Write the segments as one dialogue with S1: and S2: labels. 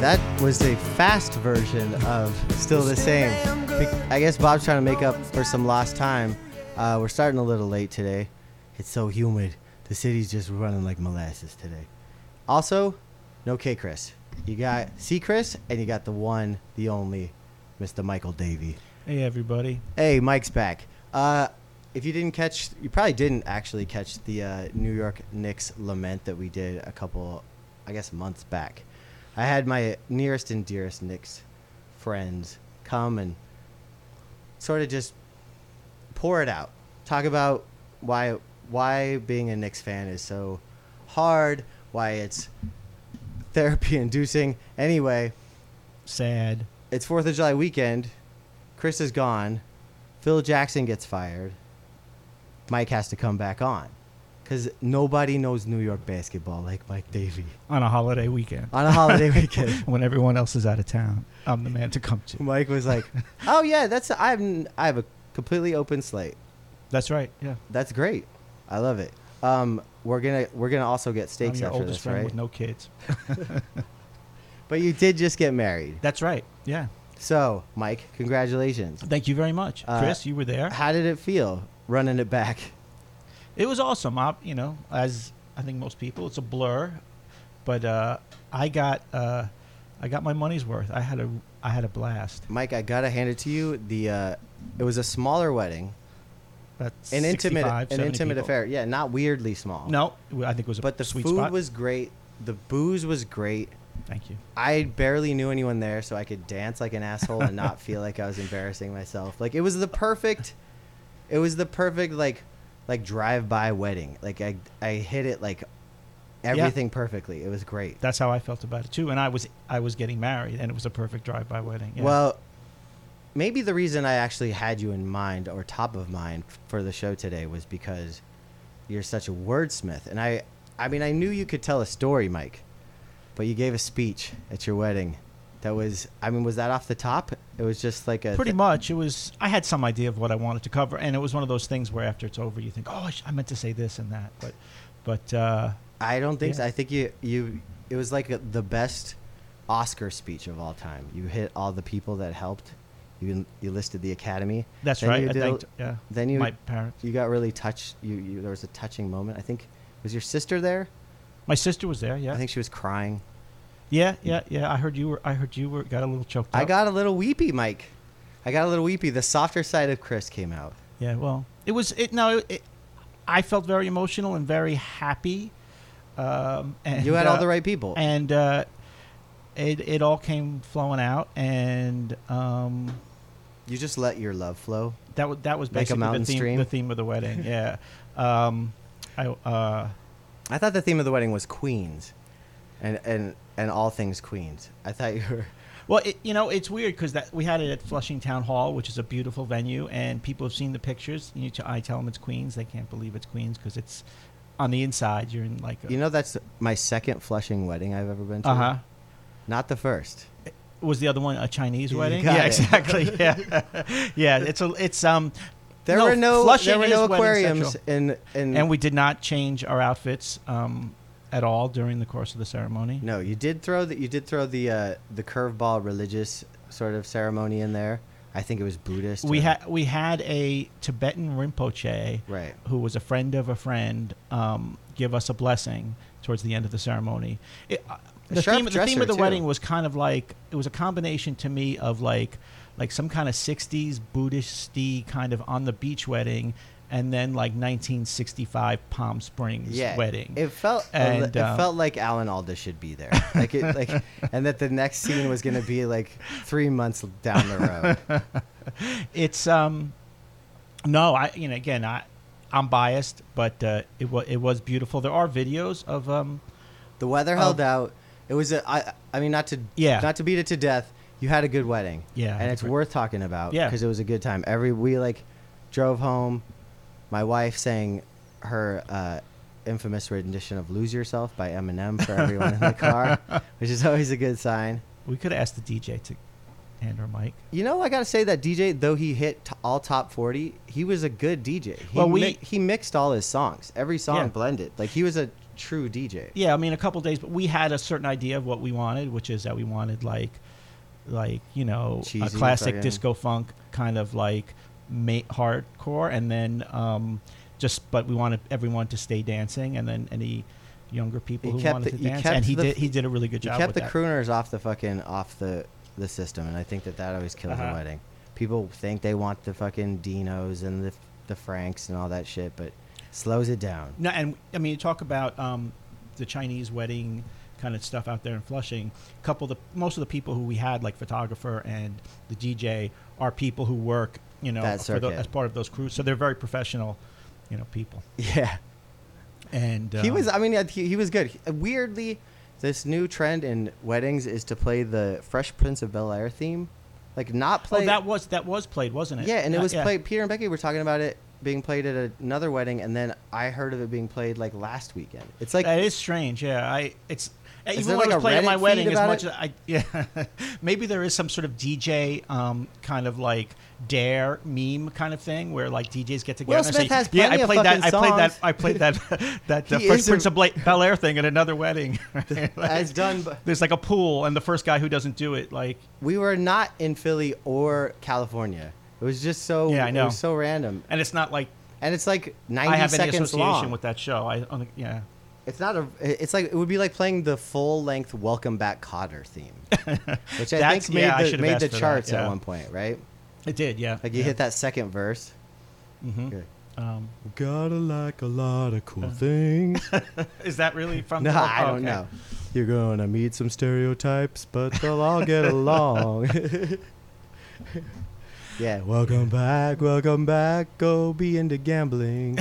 S1: that was a fast version of Still the Same. Be- I guess Bob's trying to make up for some lost time. Uh, we're starting a little late today. It's so humid. The city's just running like molasses today. Also, no K Chris. You got C Chris, and you got the one, the only, Mr. Michael Davey.
S2: Hey, everybody.
S1: Hey, Mike's back. Uh, if you didn't catch, you probably didn't actually catch the uh, New York Knicks lament that we did a couple, I guess, months back. I had my nearest and dearest Knicks friends come and sort of just pour it out, talk about why why being a Knicks fan is so hard, why it's therapy inducing. Anyway,
S2: Sad.
S1: it's Fourth of July weekend. Chris is gone. Phil Jackson gets fired. Mike has to come back on because nobody knows New York basketball like Mike Davey
S2: On a holiday weekend.
S1: on a holiday weekend.
S2: when everyone else is out of town, I'm the man to come to.
S1: Mike was like, "Oh yeah, that's I'm I have a completely open slate.
S2: That's right. Yeah.
S1: That's great. I love it. Um, we're gonna we're gonna also get steaks
S2: I'm your
S1: after
S2: oldest
S1: this,
S2: friend
S1: right?
S2: with no kids.
S1: But you did just get married,
S2: That's right. Yeah.
S1: so Mike, congratulations.
S2: Thank you very much,
S1: Uh,
S2: Chris. You were there.
S1: How did it feel running it back?
S2: It was awesome. I, you know, as I think most people, it's a blur, but uh, I got uh, I got my money's worth. I had a I had a blast.
S1: Mike, I gotta hand it to you. The uh, it was a smaller wedding,
S2: That's
S1: an intimate,
S2: 65,
S1: an
S2: 70
S1: intimate
S2: people.
S1: affair. Yeah, not weirdly small.
S2: No, I think it was a
S1: but the
S2: sweet
S1: food
S2: spot.
S1: was great. The booze was great.
S2: Thank you.
S1: I barely knew anyone there, so I could dance like an asshole and not feel like I was embarrassing myself. Like it was the perfect, it was the perfect like, like drive-by wedding. Like I, I hit it like, everything perfectly. It was great.
S2: That's how I felt about it too. And I was I was getting married, and it was a perfect drive-by wedding. Yeah.
S1: Well, maybe the reason I actually had you in mind or top of mind f- for the show today was because you're such a wordsmith, and I, I mean, I knew you could tell a story, Mike, but you gave a speech at your wedding. That was, I mean, was that off the top? It was just like a
S2: pretty much it was. I had some idea of what I wanted to cover, and it was one of those things where after it's over, you think, oh, I, sh- I meant to say this and that, but but uh,
S1: I don't think so.
S2: Yeah.
S1: I think you you it was like a, the best Oscar speech of all time. You hit all the people that helped. You you listed the Academy.
S2: that's
S1: Then
S2: right.
S1: you
S2: I
S1: did a-
S2: thanked, yeah.
S1: then you-
S2: my parents.
S1: You got really touched. You, you there was a touching moment. I think was your sister there?
S2: My sister was there. Yeah.
S1: I think she was crying.
S2: yeah, yeah, yeah. I heard you were. I heard you were. Got a little choked up.
S1: I got a little weepy, Mike. I got a little weepy. The softer side of Chris came out.
S2: Yeah, well, it was it. No, it, I felt very emotional and very happy. Um, and
S1: You had all
S2: uh,
S1: the right people.
S2: and uh, it it all came flowing out, and um,
S1: you just let your love flow.
S2: that was that was
S1: Like a
S2: basically
S1: mountain
S2: the theme
S1: stream?
S2: the theme of the wedding. yeah, um, I uh,
S1: I thought the theme of the wedding was Queens, and and and all things Queens. I thought you were.
S2: Well, it, you know, it's weird because that we had it at Flushing Town Hall, which is a beautiful venue, and people have seen the pictures. You t- I tell them it's Queens; they can't believe it's Queens because it's on the inside. You're in like a,
S1: You know that's my second Flushing wedding I've ever been to.
S2: uh huh.
S1: Not the first.
S2: Was the other one a Chinese
S1: You
S2: wedding?
S1: got
S2: Yeah,
S1: it.
S2: exactly. Yeah, yeah. It's a, it's um.
S1: There were no
S2: Flushing
S1: there were
S2: is
S1: no
S2: wedding
S1: aquariums
S2: central.
S1: in in
S2: and we did not change our outfits um, at all during the course of the ceremony.
S1: No, you did throw that you did throw the uh, the curveball religious sort of ceremony in there. I think it was Buddhist.
S2: We
S1: or-
S2: had we had a Tibetan Rinpoche
S1: right.
S2: who was a friend of a friend, um, give us a blessing towards the end of the ceremony. It, uh,
S1: A
S2: the,
S1: sharp
S2: theme, the theme
S1: dresser,
S2: of the
S1: too.
S2: wedding was kind of like it was a combination to me of like like some kind of '60s Buddhisty kind of on the beach wedding, and then like 1965 Palm Springs
S1: Yeah,
S2: wedding.
S1: It felt
S2: And,
S1: it
S2: um,
S1: felt like Alan Alda should be there, like it, like, and that the next scene was going to be like three months down the road.
S2: it's um, no, I you know again I I'm biased, but uh, it was it was beautiful. There are videos of um,
S1: The weather held out. It was a, I, I mean, not to
S2: Yeah.
S1: not to beat it to death. You had a good wedding.
S2: Yeah,
S1: and it's
S2: right.
S1: worth talking about.
S2: Yeah.
S1: because it was a good time. Every we like drove home. My wife sang her uh, infamous rendition of "Lose Yourself" by Eminem for everyone in the car, which is always a good sign.
S2: we could have asked the DJ to hand her mic.
S1: You know, I gotta say that DJ, though he hit t- all top forty, he was a good DJ. He
S2: Well, we-
S1: mi- he mixed all his songs. Every song
S2: Yeah.
S1: blended. Like he was a true DJ.
S2: yeah, I mean, a couple days, but we had a certain idea of what we wanted, which is that we wanted like, like you know, a
S1: Cheesy
S2: classic
S1: fucking-
S2: disco funk kind of like ma- hardcore, and then um, just but we wanted everyone to stay dancing, and then any younger people
S1: You
S2: who
S1: kept
S2: wanted
S1: the-
S2: to
S1: you
S2: dance,
S1: kept
S2: and he
S1: the-
S2: did he did a really good
S1: You
S2: job.
S1: kept
S2: with
S1: the
S2: that.
S1: crooners off the fucking off the the system, and I think that that always kills a
S2: Uh-huh.
S1: wedding. People think they want the fucking Dinos and the the Franks and all that shit, but slows it down.
S2: No, and I mean, you talk about um, the Chinese wedding kind of stuff out there in Flushing. Couple of the most of the people who we had, like photographer and the DJ, are people who work, you know,
S1: That
S2: for tho-
S1: circuit.
S2: as part of those crews. So they're very professional, you know, people.
S1: Yeah,
S2: And
S1: he
S2: um,
S1: was. I mean, uh, he, he was good. He- Weirdly, this new trend in weddings is to play the Fresh Prince of Bel Air theme, like not play.
S2: oh, that was that was played, wasn't it?
S1: Yeah, and it
S2: Uh,
S1: was played. Peter and Becky were talking about it being played at another wedding, and then I heard of it being played like last weekend. It's like
S2: that is strange. Yeah, I it's even
S1: there like
S2: when it
S1: a
S2: was played at
S1: Reddit
S2: my
S1: feed
S2: wedding, as
S1: about
S2: much
S1: it?
S2: as I yeah, maybe there is some sort of DJ um, kind of like dare meme kind of thing where like DJs get together. and
S1: Smith
S2: say,
S1: has
S2: yeah,
S1: plenty
S2: I
S1: of
S2: played that.
S1: fucking
S2: I played that. I played that. that the
S1: He is
S2: first
S1: a-
S2: Prince of Bel Air thing at another wedding.
S1: as done. By,
S2: There's like a pool, and the first guy who doesn't do it, like
S1: we were not in Philly or California. It was just so
S2: Yeah, I
S1: It
S2: know.
S1: was so random,
S2: and it's not like
S1: and it's like ninety
S2: I have any
S1: seconds
S2: association
S1: long.
S2: with that show. I don't think- yeah.
S1: it's not a. It's like it would be like playing the full length "Welcome Back, Cotter" theme, which I
S2: That's-
S1: think made
S2: yeah, I
S1: the,
S2: should've
S1: made
S2: asked
S1: the
S2: for that,
S1: charts at
S2: yeah.
S1: one point, right?
S2: It did, yeah.
S1: Like you hit that second verse.
S2: hmm
S1: Good.
S2: Um,
S3: Gotta like a lot of
S2: Uh-huh.
S3: cool things.
S2: is that really from?
S1: No,
S2: the-
S1: I
S2: oh,
S1: don't
S2: okay.
S1: know.
S3: You're gonna meet some stereotypes, but they'll all get along.
S1: Yeah,
S3: welcome back, welcome back. Go be into gambling.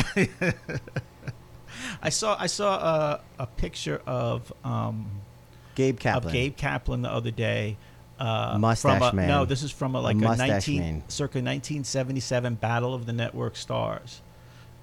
S2: I saw I saw a, a picture of um,
S1: Gabe Kaplan.
S2: of Gabe Kaplan the other day. Uh,
S1: Mustache
S2: from a,
S1: man.
S2: No, this is from a, like a
S1: mustache
S2: 19
S1: man.
S2: circa 1977 Battle of the Network Stars.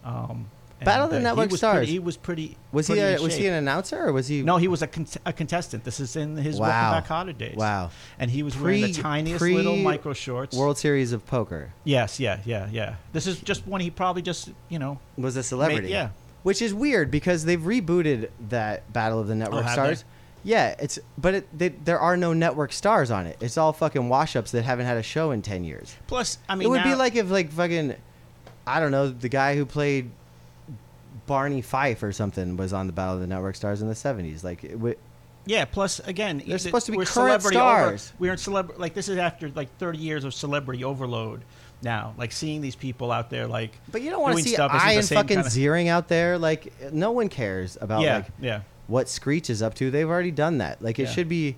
S2: Um, and,
S1: Battle of the
S2: uh, he
S1: Network
S2: was
S1: Stars.
S2: Pretty, he was pretty.
S1: Was he
S2: pretty
S1: a,
S2: in
S1: was he an
S2: shape.
S1: announcer or was he
S2: no, he was a, con- a contestant. This is in his
S1: Wow.
S2: Welcome Back Hotter days.
S1: Wow.
S2: And he was wearing the
S1: Pre-
S2: tiniest
S1: pre-
S2: little micro shorts.
S1: World Series of Poker?
S2: Yes, yeah, yeah, yeah. This is just when he probably just you know
S1: Was a celebrity.
S2: yeah.
S1: Which is weird because they've rebooted that Battle of the Network
S2: Oh, have
S1: Stars. Yeah, it's but it, they, there are no network stars on it. It's all fucking wash-ups that haven't had a show in 10 years.
S2: plus I mean
S1: it would be
S2: now-
S1: like if like fucking I don't know, the guy who played Barney Fife or something was on the Battle of the Network Stars in the 70s. Like it would
S2: Yeah. Plus, again,
S1: They're
S2: it-
S1: supposed to be
S2: we're
S1: current
S2: celebrity
S1: stars.
S2: Over, we're in celebrity. Like this is after like 30 years of celebrity overload. Now, like seeing these people out there, like
S1: But you don't want to
S2: doing
S1: see
S2: stuff isn't the
S1: Ian
S2: same
S1: fucking
S2: kinda-
S1: Ziering out there. Like no one cares about
S2: yeah,
S1: like
S2: yeah.
S1: what Screech is up to. They've already done that. Like it
S2: Yeah.
S1: should be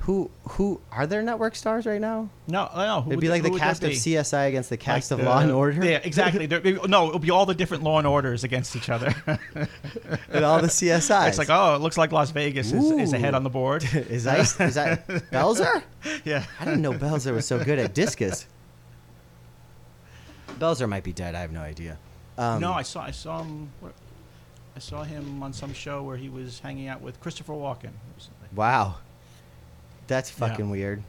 S1: who who are there network stars right now?
S2: No, no. Who
S1: It'd be
S2: would th-
S1: like
S2: who
S1: the
S2: would that
S1: cast of
S2: be?
S1: CSI against the
S2: Like
S1: cast of
S2: the-
S1: Law and Order.
S2: Yeah, exactly. There, no, it'll be all the different Law and Orders against each other.
S1: And all the CSI.
S2: it's like, oh, it looks like Las Vegas is, is
S1: Ooh.
S2: ahead on the board.
S1: is that is that Belzer?
S2: yeah.
S1: I didn't know Belzer was so good at discus. Belzer might be dead. I have no idea. Um,
S2: no, I saw I saw him. Where, I saw him on some show where he was hanging out with Christopher Walken. recently.
S1: Wow, that's
S2: Yeah.
S1: fucking weird.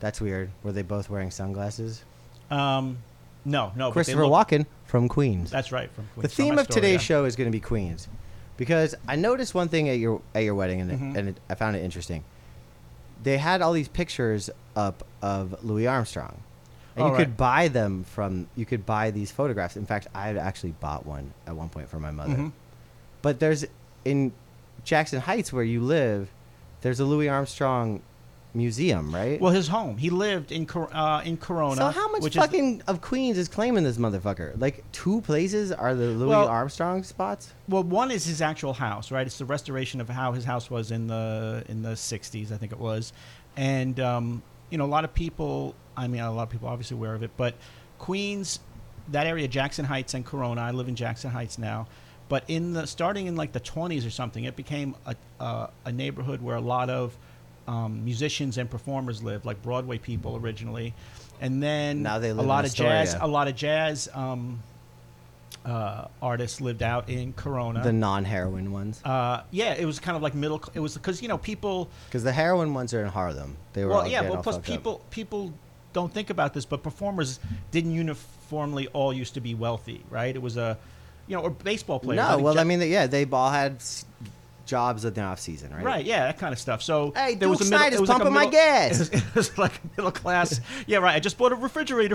S1: That's weird. Were they both wearing sunglasses?
S2: Um, no, no. but they
S1: Christopher
S2: look-
S1: Walken from Queens.
S2: That's right. From Queens,
S1: the
S2: from
S1: theme
S2: my
S1: of
S2: story,
S1: today's
S2: yeah.
S1: show is going to be Queens, because I noticed one thing at your at your wedding, and
S2: Mhm.
S1: it, and it, I found it interesting. They had all these pictures up of Louis Armstrong, and
S2: Oh,
S1: you could
S2: right.
S1: buy them from. You could buy these photographs. In fact, I had actually bought one at one point for my mother.
S2: Mhm.
S1: But there's in Jackson Heights where you live, there's a Louis Armstrong museum, right?
S2: Well, his home. He lived in Cor- uh, in Corona.
S1: So how much
S2: which is the-
S1: fucking of Queens is claiming this motherfucker? Like two places are the Louis
S2: Well-
S1: Armstrong spots.
S2: well, one is his actual house, right? It's the restoration of how his house was in the in the '60s, I think it was, and um, you know, a lot of people. I mean, a lot of people obviously aware of it, but Queens, that area, Jackson Heights and Corona. I live in Jackson Heights now, but in the starting in like the 20s or something, it became a a, a neighborhood where a lot of um, musicians and performers lived, like Broadway people originally, and then
S1: Now they
S2: a
S1: live in
S2: lot of jazz,
S1: Astoria.
S2: a lot of jazz. Um, uh, artists lived out in Corona.
S1: The non-heroin ones,
S2: uh, yeah, it was kind of like middle. cl- It was because you know people.
S1: because the heroin ones are in Harlem. They were
S2: Well,
S1: all
S2: yeah,
S1: getting
S2: well,
S1: all
S2: plus
S1: fucked up.
S2: people people don't think about this, but performers didn't uniformly all used to be wealthy, right? It was a you know, or baseball players.
S1: no,
S2: think
S1: well,
S2: Ja-
S1: I mean, they- yeah, they all had s- jobs in the off season, right?
S2: Right, yeah, that kind of stuff. So
S1: Hey,
S2: there was
S1: Duke
S2: a middle,
S1: Snyder's
S2: it was like a
S1: pumping my
S2: middle-
S1: gas.
S2: It was, it was like a middle class. Yeah, right. I just bought a refrigerator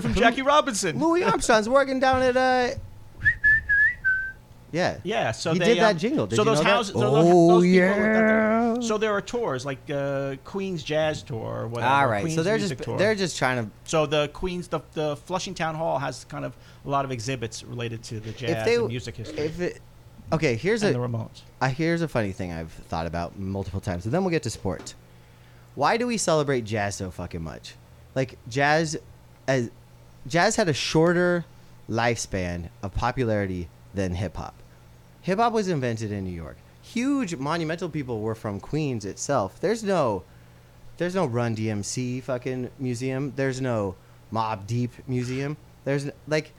S2: from Jackie Robinson.
S1: Louis Armstrong's working down at uh. Yeah.
S2: Yeah, so
S1: He
S2: they,
S1: did that
S2: um,
S1: jingle. Did
S2: so
S1: you
S2: those
S1: know that?
S2: houses. so those-
S3: Oh,
S2: those people looked at
S3: yeah.
S2: the- so there are tours like uh, Queen's Jazz Tour or whatever.
S1: All right.
S2: uh, Queen's
S1: so they're
S2: Music
S1: just
S2: tour.
S1: they're just trying to.
S2: So the Queens, the, the Flushing Town Hall has kind of a lot of exhibits related to the jazz
S1: If they
S2: and music history
S1: If it, okay, here's
S2: and the
S1: a
S2: Ramones.
S1: uh, here's a funny thing I've thought about multiple times, and then we'll get to sports. Why do we celebrate jazz so fucking much? Like jazz, as jazz had a shorter lifespan of popularity than hip hop. Hip hop was invented in New York. Huge monumental people were from Queens itself. There's no, there's no Run DMC fucking museum. There's no Mob Deep museum. There's n- like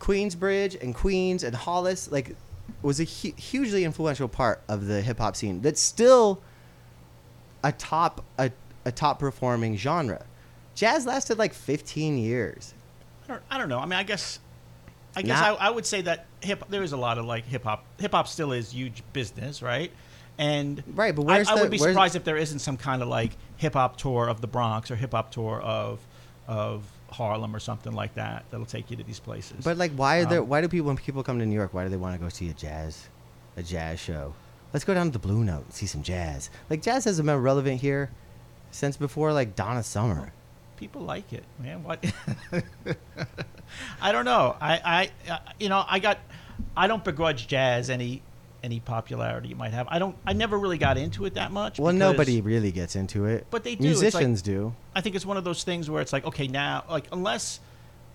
S1: Queensbridge and Queens and Hollis like was a hu- hugely influential part of the hip hop scene that's still a top a, a top performing genre. Jazz lasted like 15 years.
S2: I don't, I don't know. I mean, I guess, I guess
S1: Not-
S2: I, I would say that hip. There is a lot of like hip hop. Hip hop still is huge business, right? And
S1: Right, but
S2: I-
S1: where's
S2: I,
S1: the-
S2: would be
S1: where's-
S2: surprised if there isn't some kind of like hip hop tour of the Bronx or hip hop tour of of Harlem or something like that that'll take you to these places.
S1: But like why are there
S2: Um,
S1: why do people when people come to New York why do they want to go see a jazz a jazz show? Let's go down to the Blue Note and see some jazz. Like jazz hasn't been relevant here since before like Donna Summer.
S2: people like it, man. What? I don't know. I, I, uh, you know, I got. I don't begrudge jazz any any popularity it might have. I don't. I never really got into it that much.
S1: Well,
S2: because
S1: nobody really gets into it.
S2: But they do. It's like-
S1: Musicians do.
S2: I think it's one of those things where it's like, okay, now, like unless,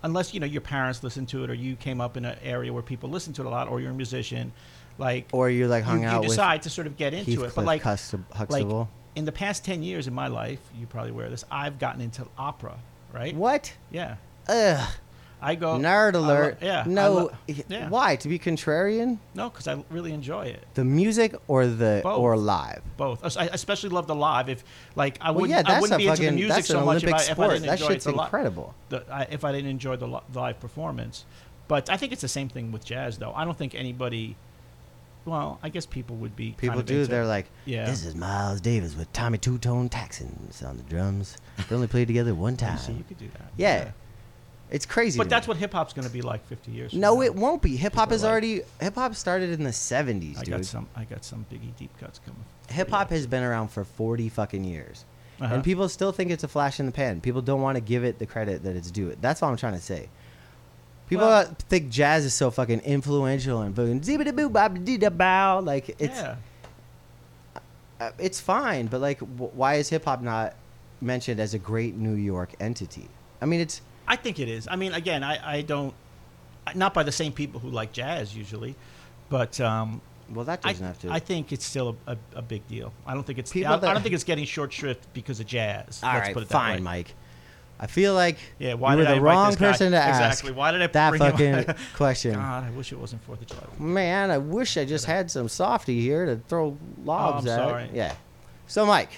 S2: unless you know your parents listened to it or you came up in an area where people listen to it a lot or you're a musician, like
S1: Or you like hung
S2: you,
S1: out
S2: you
S1: with
S2: decide to sort of get into it.
S1: Heathcliff
S2: But like,
S1: Cust-
S2: like
S1: Huxtable.
S2: in the past ten years in my life, you probably aware of this. I've gotten into opera, right?
S1: what?
S2: Yeah.
S1: Ugh.
S2: Oh, I go
S1: Nerd
S2: I lo-
S1: alert.
S2: yeah. I
S1: No.
S2: lo-
S1: i-
S2: yeah.
S1: Why? To be contrarian?
S2: No, because I really enjoy it.
S1: The music or the
S2: Both.
S1: or live?
S2: Both. I- I especially love the live. If like I
S1: Well,
S2: wouldn't,
S1: yeah,
S2: I
S1: that's a
S2: wouldn't be into the
S1: fucking
S2: music
S1: that's
S2: so
S1: an
S2: much
S1: Olympic
S2: if I, if I
S1: sport.
S2: didn't
S1: That
S2: enjoy
S1: shit's
S2: the li-
S1: incredible.
S2: the, I, if I didn't enjoy the li- live performance. But I think it's the same thing with jazz, though. I don't think anybody. Well, I guess people would be.
S1: People
S2: kind of
S1: do.
S2: into-
S1: They're like,
S2: Yeah.
S1: this is Miles Davis with Tommy Two Tone Texans on the drums. They only played together one
S2: You
S1: time.
S2: see, you could do that.
S1: yeah. it's crazy.
S2: But
S1: to me.
S2: that's what hip hop's going to be like 50 years. from
S1: No,
S2: now.
S1: it won't be. Hip hop
S2: People
S1: is
S2: are like-
S1: already. Hip hop started in the seventies,
S2: I
S1: dude.
S2: got some. I got some biggie deep cuts coming.
S1: Hip hop has been around for 40 fucking years.
S2: Uh-huh.
S1: And people still think it's a flash in the pan. People don't want to give it the credit that it's due. That's all I'm trying to say. People
S2: Well-
S1: uh, think jazz is so fucking influential and fucking zibbity boo bob dee da bow. Like, it's,
S2: yeah.
S1: uh, it's fine, but like, w- why is hip hop not mentioned as a great New York entity? I mean, it's.
S2: I think it is. I mean, again, I, I don't. Not by the same people who like jazz usually, but um,
S1: Well, that
S2: I,
S1: doesn't have to.
S2: I think it's still a, a, a big deal. I don't think it's.
S1: People
S2: I,
S1: that-
S2: I don't think it's getting short shrift because of jazz.
S1: All
S2: Let's
S1: right,
S2: put it that
S1: fine,
S2: way.
S1: Mike. I feel like
S2: Yeah, why
S1: you were
S2: did I
S1: the
S2: invite
S1: wrong
S2: this guy?
S1: person to ask
S2: Exactly. Why did I
S1: that
S2: bring him?
S1: fucking question.
S2: God, I wish it wasn't Fourth of July.
S1: Man, I wish I just had some softy here to throw lobs
S2: Oh, I'm
S1: at.
S2: sorry.
S1: Yeah. So, Mike,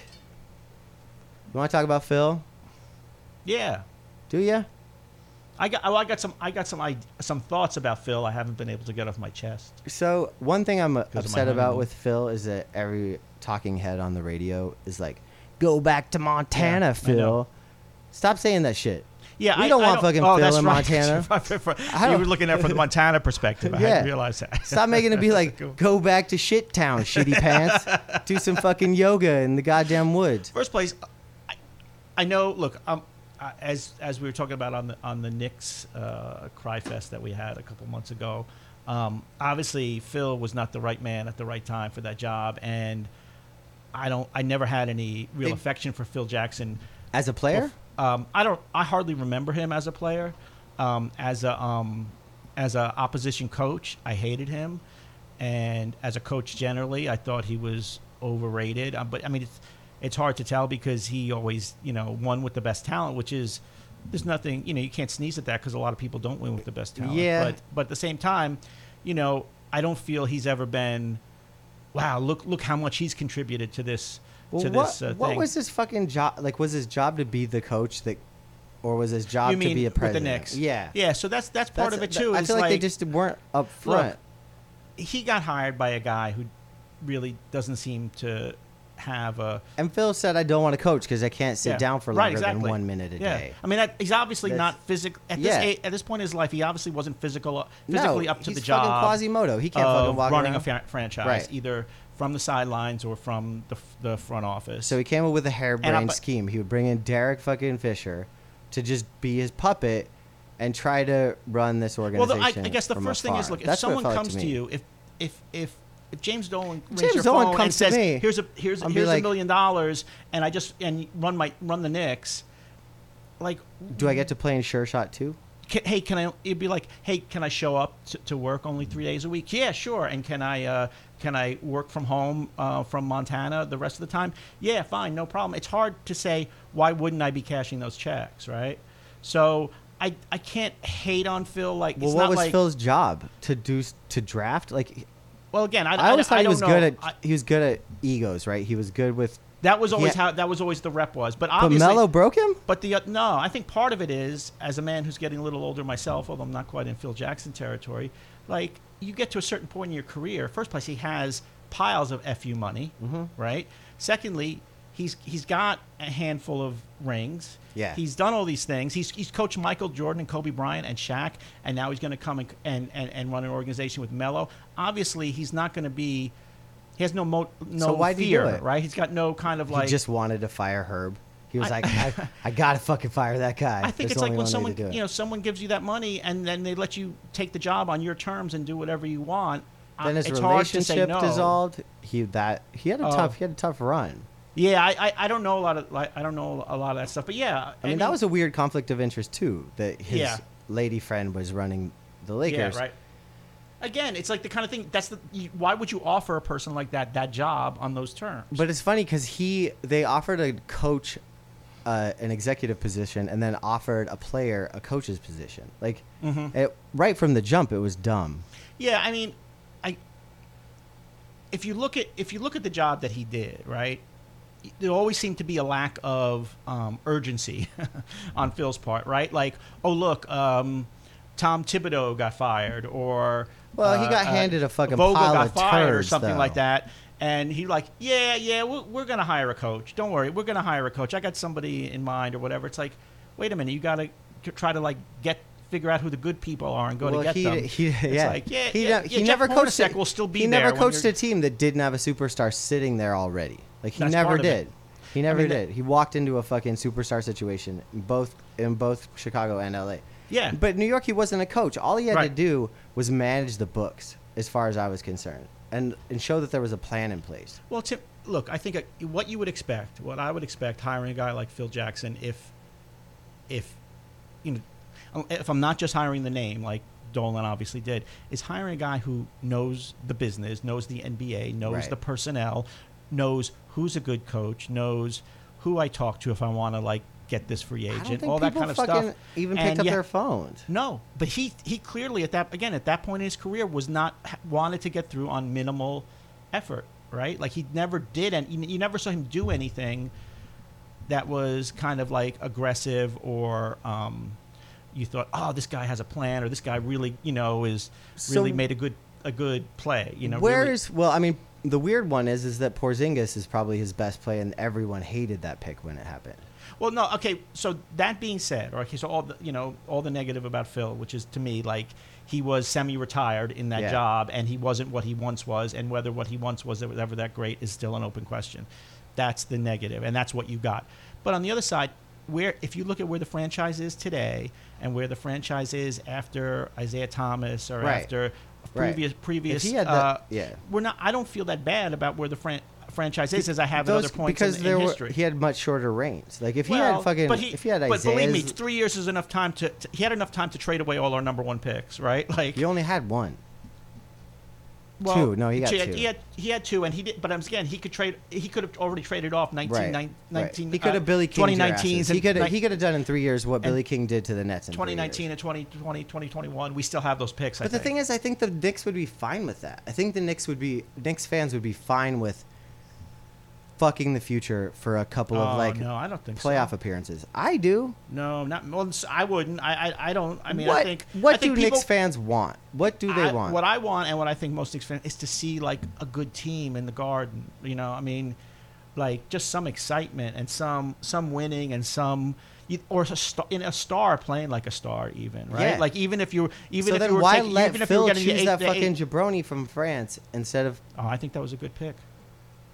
S1: you want to talk about Phil?
S2: Yeah,
S1: Do you?
S2: I got. oh, I got some. I got some. id- some thoughts about Phil. I haven't been able to get off my chest.
S1: So, one thing I'm uh,
S2: of my
S1: upset about
S2: honeymoon.
S1: with Phil is that every talking head on the radio is like, "Go back to Montana,
S2: Yeah, I know.
S1: Phil." Stop saying that shit.
S2: Yeah,
S1: We
S2: I
S1: don't
S2: I
S1: want fucking Phil
S2: oh, that's
S1: in
S2: right.
S1: Montana.
S2: I prefer-
S1: I
S2: you
S1: don't-
S2: were looking at it from the Montana perspective. I
S1: Yeah.
S2: hadn't realized that.
S1: Stop making it be like, "Go back to shit town, shitty pants." Do some fucking yoga in the goddamn woods.
S2: First place, I, I know. Look, um, I- as as we were talking about on the on the Knicks uh, cry fest that we had a couple months ago, um, obviously Phil was not the right man at the right time for that job, and I don't. I never had any real
S1: It-
S2: affection for Phil Jackson.
S1: As a player,
S2: Um, I don't. I hardly remember him as a player. Um, as a um, as a opposition coach, I hated him, and as a coach generally, I thought he was overrated. Um, but I mean, it's it's hard to tell because he always you know won with the best talent, which is there's nothing you know you can't sneeze at that because a lot of people don't win with the best talent.
S1: Yeah.
S2: But but at the same time, you know, I don't feel he's ever been. Wow! Look! Look how much he's contributed to this.
S1: Well,
S2: to
S1: what,
S2: this uh,
S1: what
S2: thing.
S1: was his fucking job? Like, was his job to be the coach that, or was his job
S2: you mean
S1: to be a president?
S2: with the Knicks?
S1: Yeah,
S2: Yeah, so that's that's part
S1: That's-
S2: of it too.
S1: I
S2: is
S1: feel like,
S2: like
S1: they just weren't up
S2: look,
S1: front.
S2: he got hired by a guy who really doesn't seem to have a
S1: And Phil said, I don't want to coach because I can't sit
S2: Yeah.
S1: down for longer
S2: Right, exactly.
S1: than one minute a
S2: yeah.
S1: day.
S2: I mean, that, he's obviously
S1: That's-
S2: not physical at
S1: Yeah.
S2: this a at this point in his life. He obviously wasn't physical uh, physically
S1: no,
S2: up to
S1: he's
S2: the job.
S1: fucking Quasimodo. He can't
S2: of
S1: fucking walk
S2: running
S1: around.
S2: a fra- franchise
S1: Right.
S2: either from the sidelines or from the, f- the front office.
S1: So he came up with a harebrained
S2: but-
S1: scheme. He would bring in Derek fucking Fisher to just be his puppet and try to run this
S2: well,
S1: organization.
S2: the, I, I guess the
S1: from
S2: first thing is
S1: afar.
S2: look, if
S1: That's what it
S2: someone
S1: felt like
S2: comes to,
S1: me.
S2: you, if if if if James Dolan rings
S1: James
S2: your
S1: Dolan
S2: phone and
S1: comes to
S2: says,
S1: me,
S2: "Here's a here's
S1: I'll be
S2: here's a
S1: like-
S2: million dollars," and I just and run my run the Knicks, like
S1: do I get to play in Sure Shot too?
S2: can, hey, can I? It'd be like, hey, can I show up to, to work only three days a week? Yeah, sure. And can I? Uh, can I work from home uh, from Montana the rest of the time? Yeah, fine, no problem. It's hard to say why wouldn't I be cashing those checks, right? So I I can't hate on Phil like
S1: Well,
S2: it's
S1: what
S2: not
S1: was
S2: like,
S1: Phil's job to do s- to draft? Like,
S2: Well, again, I,
S1: I always thought he
S2: don't
S1: was
S2: know.
S1: good at
S2: I-
S1: he was good at egos, right? He was good with.
S2: that was always
S1: Yeah.
S2: how that was always the rep was, but
S1: But
S2: obviously.
S1: Mello broke him.
S2: But the uh, no, I think part of it is as a man who's getting a little older myself, although I'm not quite in Phil Jackson territory. Like you get to a certain point in your career. First place, he has piles of fu money,
S1: Mm-hmm.
S2: right? Secondly, he's he's got a handful of rings.
S1: Yeah.
S2: he's done all these things. He's he's coached Michael Jordan and Kobe Bryant and Shaq, and now he's going to come and, and and and run an organization with Melo. Obviously, he's not going to be. He has no mo- no
S1: why'd he do
S2: fear,
S1: it?
S2: right? He's got no kind of like
S1: he just wanted to fire Herb. He was
S2: I-
S1: like, I, I gotta fucking fire that guy.
S2: I think
S1: There's
S2: it's like
S1: only one way
S2: when
S1: to
S2: someone
S1: do it.
S2: you know someone gives you that money and then they let you take the job on your terms and do whatever you want. I-
S1: then his
S2: it's hard to say
S1: relationship
S2: no.
S1: dissolved. He that he had a
S2: Oh.
S1: tough he had a tough run.
S2: Yeah, I, I, I don't know a lot of like, I don't know a lot of that stuff, but yeah,
S1: I mean, that was a weird conflict of interest too. That his
S2: Yeah.
S1: lady friend was running the Lakers.
S2: yeah right. Again, it's like the kind of thing that's the you, why would you offer a person like that that job on those terms?
S1: But it's funny because he they offered a coach uh, an executive position and then offered a player a coach's position. Like
S2: Mhm.
S1: it, right from the jump, it was dumb.
S2: Yeah, I mean, I if you look at if you look at the job that he did, right? There always seemed to be a lack of um, urgency on Phil's part, right? Like, oh look, um, Tom Thibodeau got fired, or
S1: Well, he
S2: uh,
S1: got
S2: uh,
S1: handed a fucking
S2: Vogel
S1: pile
S2: got
S1: of
S2: fired or
S1: turds,
S2: something
S1: though.
S2: like that, and he like, yeah, yeah, we're, we're gonna hire a coach. Don't worry, we're gonna hire a coach. I got somebody in mind or whatever. It's like, wait a minute, you gotta c- try to like get figure out who the good people are and go
S1: Well,
S2: to get
S1: he-
S2: them.
S1: he-
S2: It's
S1: yeah.
S2: like, yeah,
S1: He
S2: yeah,
S1: ne-
S2: yeah,
S1: he
S2: Jeff
S1: never coached
S2: Hornacek
S1: it-
S2: will still be
S1: He
S2: there
S1: never
S2: when
S1: coached
S2: you're-
S1: a team that didn't have a superstar sitting there already. Like he
S2: That's
S1: never
S2: part of it.
S1: did. He never
S2: mean,
S1: did. He walked into a fucking superstar situation in both in both Chicago and LA.
S2: Yeah.
S1: But New York he wasn't a coach. All he had to
S2: Right.
S1: do was manage the books as far as I was concerned and and show that there was a plan in place.
S2: Well, Tim, look, I think uh, what you would expect, what I would expect, hiring a guy like Phil Jackson, if, if, you know, if I'm not just hiring the name like Dolan obviously did, is hiring a guy who knows the business, knows the NBA, knows
S1: Right.
S2: the personnel, knows who's a good coach, knows who I talk to if I want to like get this free
S1: I
S2: agent,
S1: don't think
S2: all
S1: people
S2: that kind of
S1: fucking
S2: stuff.
S1: even
S2: And
S1: picked up
S2: you-
S1: their phones.
S2: no, but he he clearly at that again at that point in his career was not wanted to get through on minimal effort, right? Like he never did, and you, you never saw him do anything that was kind of like aggressive or um, you thought, oh, this guy has a plan, or this guy really you know is really
S1: So-
S2: made a good a good play, you know.
S1: Where is
S2: really-
S1: well? I mean, the weird one is is that Porzingis is probably his best play, and everyone hated that pick when it happened.
S2: Well, no, okay. So that being said, or okay, so all the you know all the negative about Phil, which is to me like he was semi-retired in that
S1: Yeah.
S2: job, and he wasn't what he once was, and whether what he once was ever that great is still an open question. That's the negative, and that's what you got. But on the other side, where if you look at where the franchise is today and where the franchise is after Isaiah Thomas or
S1: Right.
S2: after
S1: Right.
S2: previous previous,
S1: If he had that-
S2: uh,
S1: yeah.
S2: we're not. I don't feel that bad about where the fran- franchise is as I have
S1: Those-
S2: at other points
S1: because
S2: in, in
S1: there were-
S2: history.
S1: he had much shorter reigns. Like if he
S2: Well,
S1: had fucking,
S2: but he,
S1: if he had
S2: but believe me,
S1: Isaiah's-
S2: three years is enough time to, to- He had enough time to trade away all our number one picks, right? Like
S1: you only had one.
S2: well,
S1: two. No, he got
S2: he had,
S1: two.
S2: He had he had two, and he did. But I'm again, he could trade. He could have already traded off 19,
S1: Right,
S2: nine-
S1: right.
S2: 19
S1: He could have
S2: uh,
S1: Billy King.
S2: 2019s
S1: He
S2: and
S1: could
S2: ni-
S1: he could have done in three years what Billy King did to the Nets in three
S2: 2019
S1: years.
S2: and 2020, 2021. We still have those picks. I
S1: But the
S2: think.
S1: thing is, I think the Knicks would be fine with that. I think the Knicks would be Knicks fans would be fine with fucking the future for a couple of
S2: Oh,
S1: like
S2: no, I don't think so.
S1: playoff appearances. I do.
S2: No, not. Well, s- I wouldn't. I. I, I don't. I mean,
S1: what
S2: I think.
S1: what
S2: I think
S1: do
S2: people,
S1: Knicks fans want? What do they
S2: I-
S1: want?
S2: What I want and what I think most Knicks fans is to see like a good team in the garden. You know, I mean, like just some excitement and some some winning and some you- or a star, in a star playing like a star even right
S1: Yeah.
S2: like even if you even
S1: so
S2: if
S1: then
S2: you were
S1: why
S2: taking, even
S1: let
S2: if you were
S1: Phil
S2: getting the
S1: choose
S2: eight-
S1: that
S2: the
S1: fucking
S2: eight-
S1: jabroni from France instead of
S2: oh I think that was a good pick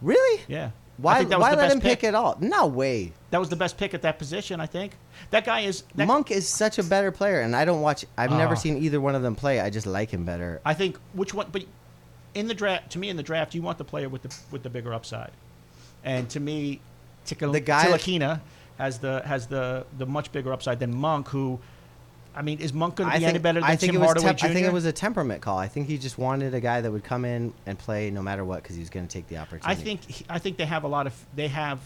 S1: really?
S2: yeah I
S1: Why
S2: think that was
S1: why
S2: the
S1: let
S2: best
S1: him pick. it all? No way.
S2: that was the best pick at that position I think that guy is that,
S1: Monk is such a better player, and I don't watch. I've never
S2: Ah.
S1: seen either one of them play. I just like him better.
S2: I think which one, but in the draft, to me, in the draft, you want the player with the with the bigger upside, and to me, Tikal-
S1: The guy-
S2: Tilakina has the has the the much bigger upside than Monk, who, I mean, is Monk going to
S1: I
S2: be any
S1: think,
S2: better than
S1: I think
S2: Tim
S1: it was
S2: Hardaway
S1: temp- I think
S2: Jr.?
S1: it was a temperament call. I think he just wanted a guy that would come in and play no matter what because he was going to take the opportunity.
S2: I think he- I think they have a lot of they have.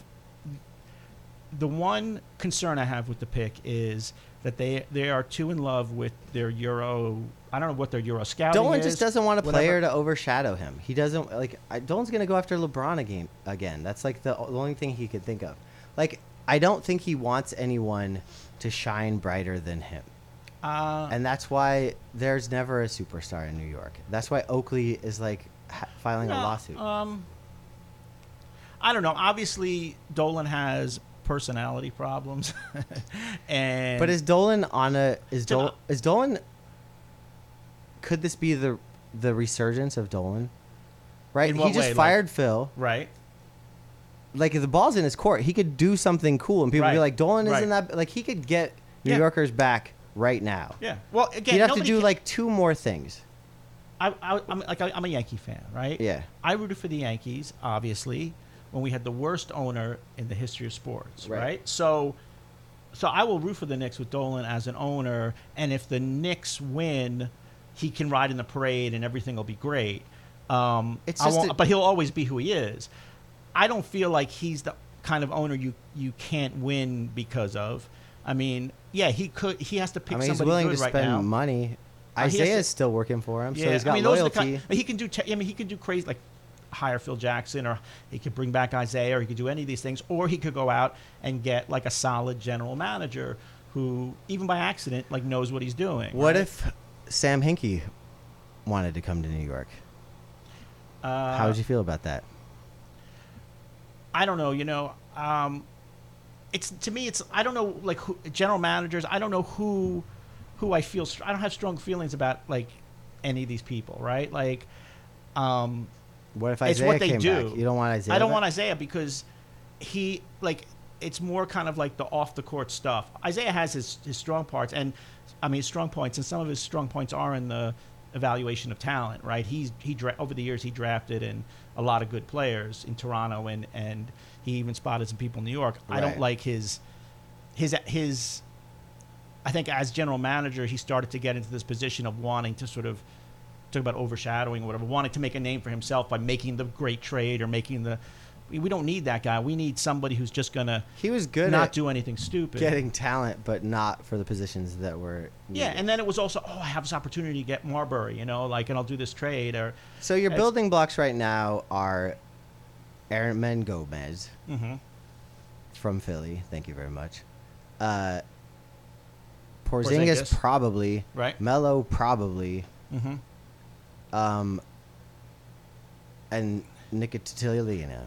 S2: The one concern I have with the pick is that they they are too in love with their Euro. I don't know what their Euro scouting
S1: Dolan
S2: is,
S1: just doesn't want a
S2: whatever.
S1: player to overshadow him. He doesn't like I, Dolan's going to go after LeBron again. Again, that's like the, o- the only thing he could think of. Like I don't think he wants anyone to shine brighter than him,
S2: Uh,
S1: and that's why there's never a superstar in New York. That's why Oakley is like ha- filing a
S2: No,
S1: lawsuit.
S2: Um, I don't know. Obviously, Dolan has personality problems, and
S1: But is Dolan on a is
S2: Don't
S1: Dolan
S2: know.
S1: is Dolan? Could this be the the resurgence of Dolan? Right,
S2: In
S1: he
S2: what
S1: just
S2: way? Like-
S1: fired Phil.
S2: right.
S1: Like if the ball's in his court, he could do something cool, and people would be
S2: Right.
S1: like, "Dolan isn't
S2: Right.
S1: that." Like he could get New
S2: Yeah.
S1: Yorkers back right now.
S2: Yeah. Well, again,
S1: He'd have to
S2: nobody
S1: do
S2: ca-
S1: like two more things.
S2: I, I, I'm like I, am a Yankee fan, right?
S1: Yeah.
S2: I rooted for the Yankees, obviously, when we had the worst owner in the history of sports,
S1: Right.
S2: right? So, so I will root for the Knicks with Dolan as an owner, and if the Knicks win, he can ride in the parade, and everything will be great. Um,
S1: It's
S2: I
S1: just
S2: won't,
S1: that-
S2: but he'll always be who he is. I don't feel like he's the kind of owner you you can't win because of. I mean, yeah, he could. He has to pick
S1: I mean, he's
S2: somebody
S1: willing
S2: good
S1: to
S2: right
S1: spend
S2: now.
S1: money.
S2: Uh, he has
S1: Isaiah's
S2: to-
S1: still working for him, so he's got
S2: I mean, those are the
S1: loyalty.
S2: kind- he can do. Te- I mean, he can do crazy like hire Phil Jackson, or he could bring back Isaiah, or he could do any of these things, or he could go out and get like a solid general manager who, even by accident, like knows what he's doing.
S1: what
S2: right?
S1: if Sam Hinkie wanted to come to New York?
S2: Uh,
S1: How would you feel about that?
S2: I don't know. You know, um, it's to me. It's I don't know. Like who, general managers, I don't know who, who I feel. str- I don't have strong feelings about like any of these people, right? Like, um,
S1: What if
S2: it's
S1: Isaiah
S2: what they
S1: came
S2: do.
S1: back? You don't want Isaiah.
S2: I don't
S1: back?
S2: want Isaiah because he like it's more kind of like the off the court stuff. Isaiah has his his strong parts and I mean his strong points and some of his strong points are in the evaluation of talent, right? He's he dra- over the years he drafted and a lot of good players in Toronto and and he even spotted some people in New York. I
S1: Right.
S2: don't like his his his I think as general manager, he started to get into this position of wanting to sort of talk about overshadowing or whatever, wanting to make a name for himself by making the great trade or making the. We we don't need that guy. We need somebody who's just gonna
S1: He was good
S2: not
S1: at
S2: do anything stupid.
S1: getting talent, but not for the positions that were.
S2: yeah,
S1: needed.
S2: and then it was also, oh, I have this opportunity to get Marbury, you know, like, and I'll do this trade or.
S1: so your
S2: it's-
S1: building blocks right now are Aaron Men Gomez
S2: Mm-hmm.
S1: from Philly. Thank you very much. Uh, Porzingis,
S2: Porzingis.
S1: probably
S2: Right.
S1: Melo probably,
S2: Mm-hmm.
S1: um, and Nicotilina.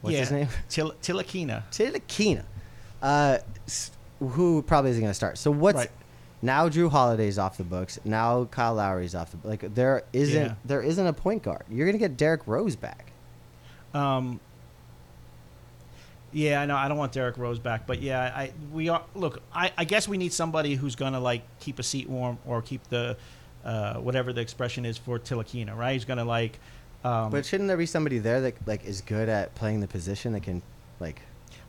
S1: What's his name?
S2: Til- Tilakina.
S1: Tilakina, uh, s- who probably isn't going to start. So what's
S2: Right.
S1: now? Drew Holiday's off the books. Now Kyle Lowry's off the like. There isn't
S2: Yeah.
S1: there isn't a point guard. You're going to get Derrick Rose back.
S2: Um, yeah, I know. I don't want Derek Rose back, but yeah, I we are. Look, I, I guess we need somebody who's gonna like keep a seat warm or keep the uh, whatever the expression is for Tilakina, right? He's gonna like. Um,
S1: But shouldn't there be somebody there that like is good at playing the position that can like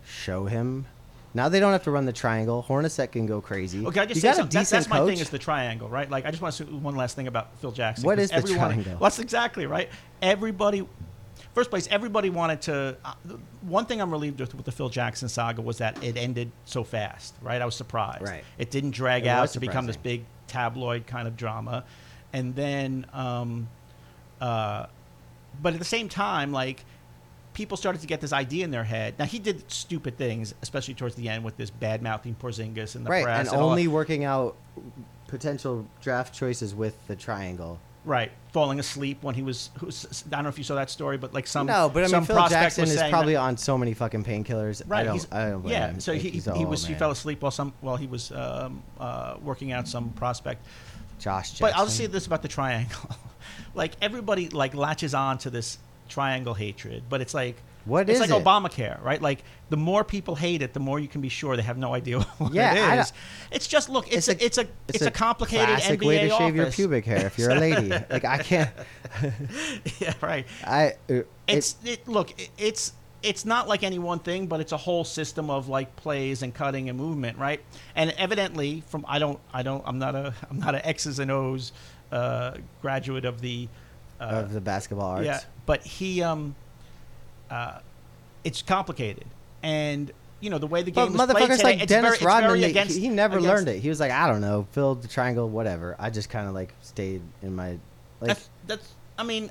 S1: show him? Now they don't have to run the triangle. Hornacek can go crazy.
S2: Okay, I just
S1: you
S2: say
S1: got a
S2: something. That-
S1: decent
S2: that's my thing
S1: coach.
S2: is the triangle, right? Like I just want to say one last thing about Phil Jackson.
S1: What
S2: 'cause
S1: is the triangle?
S2: What's exactly right? Everybody, first place, everybody wanted to. Uh, the- one thing I'm relieved with with the Phil Jackson saga was that it ended so fast, right? I was surprised.
S1: Right.
S2: It didn't drag
S1: It
S2: out
S1: was
S2: to become this
S1: surprising.
S2: big tabloid kind of drama, and then, um, uh, but at the same time, like people started to get this idea in their head. Now he did stupid things, especially towards the end with this bad mouthing Porzingis in the
S1: right,
S2: press,
S1: and
S2: all that.
S1: only working out potential draft choices with the triangle.
S2: Right, falling asleep when he was. Who's, I don't know if you saw that story, but like some.
S1: no, but I mean,
S2: some
S1: Phil
S2: prospect
S1: Jackson
S2: was
S1: is
S2: saying
S1: probably
S2: that-
S1: on so many fucking painkillers. I
S2: right.
S1: don't,
S2: he's-
S1: I don't blame
S2: yeah,
S1: him.
S2: so
S1: Like,
S2: he, he,
S1: he's an old
S2: was he
S1: man.
S2: fell asleep while some while he was um, uh, working out some prospect.
S1: Josh Jackson.
S2: But I'll say this about the triangle, like everybody like latches on to this triangle hatred, but it's like
S1: What
S2: it's
S1: is
S2: like
S1: it?
S2: Obamacare, right? Like the more people hate it, the more you can be sure they have no idea what
S1: Yeah, I
S2: it
S1: don't-
S2: is. It's just look, it's,
S1: It's
S2: a, it's a it's, a, complicated
S1: classic
S2: NBA
S1: way to shave your
S2: office.
S1: pubic hair if you're a lady. like I can't.
S2: yeah, right.
S1: I. uh, it-
S2: it's it, look i- it's it's not like any one thing but it's a whole system of like plays and cutting and movement right and evidently from i don't i don't i'm not a i'm not a x's and o's uh, graduate of the uh,
S1: of the basketball arts.
S2: yeah but he um uh it's complicated and you know the way the
S1: But
S2: game is played
S1: motherfuckers
S2: today,
S1: like
S2: it's
S1: Dennis
S2: very, it's
S1: Rodman,
S2: very
S1: they-
S2: against,
S1: he, he never
S2: against-
S1: learned it. He was like, I don't know, fill the triangle, whatever. I just kind of like stayed in my like.
S2: that's, that's I mean,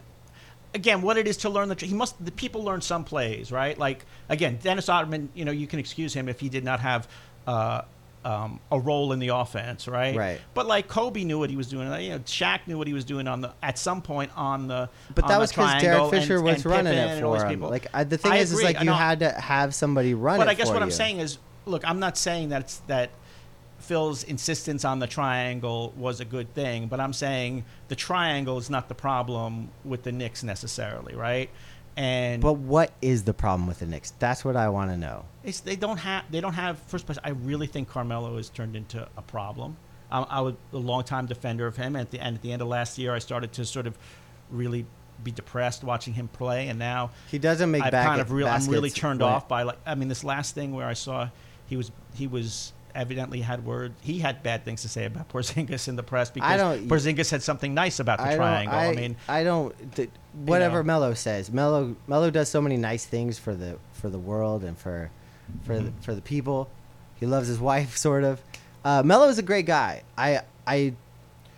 S2: again, what it is to learn the tr- he must the people learn some plays, right? Like again, Dennis Otterman, you know, you can excuse him if he did not have uh, um, a role in the offense, right?
S1: Right.
S2: But like Kobe knew what he was doing. You know, Shaq knew what he was doing on the at some point on the.
S1: But
S2: on
S1: that
S2: the
S1: was because
S2: triangle
S1: Derek Fisher
S2: and-
S1: was
S2: and
S1: running
S2: Pippen
S1: it
S2: and all these
S1: for him.
S2: people.
S1: Like I, the thing
S2: I
S1: is,
S2: agree.
S1: is like you
S2: No,
S1: had to have somebody run
S2: but
S1: it
S2: I guess
S1: for
S2: what I'm
S1: you.
S2: saying is, look, I'm not saying that it's that Phil's insistence on the triangle was a good thing, but I'm saying the triangle is not the problem with the Knicks necessarily, right? And
S1: But what is the problem with the Knicks? That's what I want to know.
S2: it's, they don't have they don't have first place. I really think Carmelo has turned into a problem. I, I was a longtime defender of him, and at the end at the end of last year, I started to sort of really be depressed watching him play, and now
S1: He doesn't make
S2: I
S1: back.
S2: kind of real. I'm really
S1: baskets
S2: turned
S1: when-
S2: off by like. I mean, this last thing where I saw he was he was evidently had word he had bad things to say about Porzingis in the press because
S1: don't-
S2: Porzingis said something nice about the
S1: I
S2: triangle.
S1: Don't, I,
S2: I, mean,
S1: I don't. Th- whatever
S2: know.
S1: Mello says, Mello Mello does so many nice things for the for the world and for for the,
S2: Mm-hmm.
S1: for the people. He loves his wife, sort of. Uh, Mello is a great guy. I I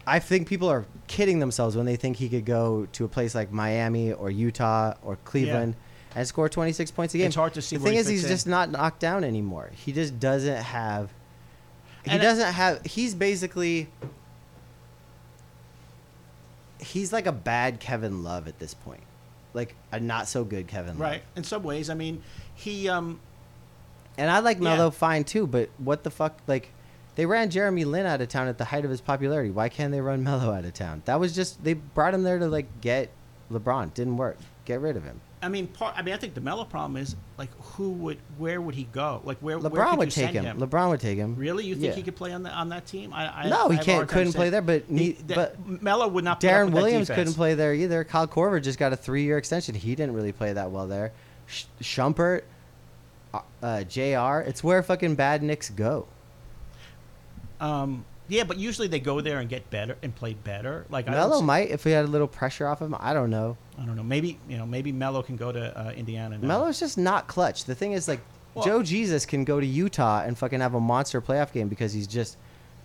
S1: I think people are kidding themselves when they think he could go to a place like Miami or Utah or Cleveland and score 26 points a game.
S2: It's hard to see
S1: The
S2: where
S1: thing
S2: he
S1: is,
S2: fits
S1: he's
S2: in.
S1: just not knocked down anymore. He just doesn't have. He
S2: And I-
S1: doesn't have. He's basically he's like a bad Kevin Love at this point, like a not so good Kevin Love.
S2: right? In some ways, I mean, he um
S1: And I like
S2: Yeah.
S1: Melo fine too, but what the fuck? Like, they ran Jeremy Lin out of town at the height of his popularity. Why can't they run Melo out of town? That was just they brought him there to like get LeBron. Didn't work. Get rid of him.
S2: I mean, part. I mean, I think the Mello problem is like who would where would he go? Like where where
S1: LeBron
S2: could
S1: would
S2: you
S1: take
S2: send
S1: him. LeBron would take him.
S2: Really, you think
S1: Yeah.
S2: he could play on the, on that team? I, I
S1: No, he
S2: I have a
S1: can't-
S2: hard time
S1: couldn't play
S2: saying-
S1: there, but
S2: He-
S1: ne-
S2: that-
S1: but
S2: Mello would not. put up
S1: Darren
S2: with that
S1: Williams
S2: defense.
S1: couldn't play there either. Kyle Korver just got a three-year extension. He didn't really play that well there. Sh- Shumpert, uh, uh, Jr. It's where fucking bad Knicks go.
S2: Um, yeah, but usually they go there and get better and play better. Like I,
S1: Melo
S2: don't, s-
S1: might if we had a little pressure off him. I don't know.
S2: I don't know. Maybe you know. Maybe Mello can go to uh, Indiana. Now.
S1: Melo's just not clutch. The thing is, like
S2: Well-
S1: Joe Jesus can go to Utah and fucking have a monster playoff game because he's just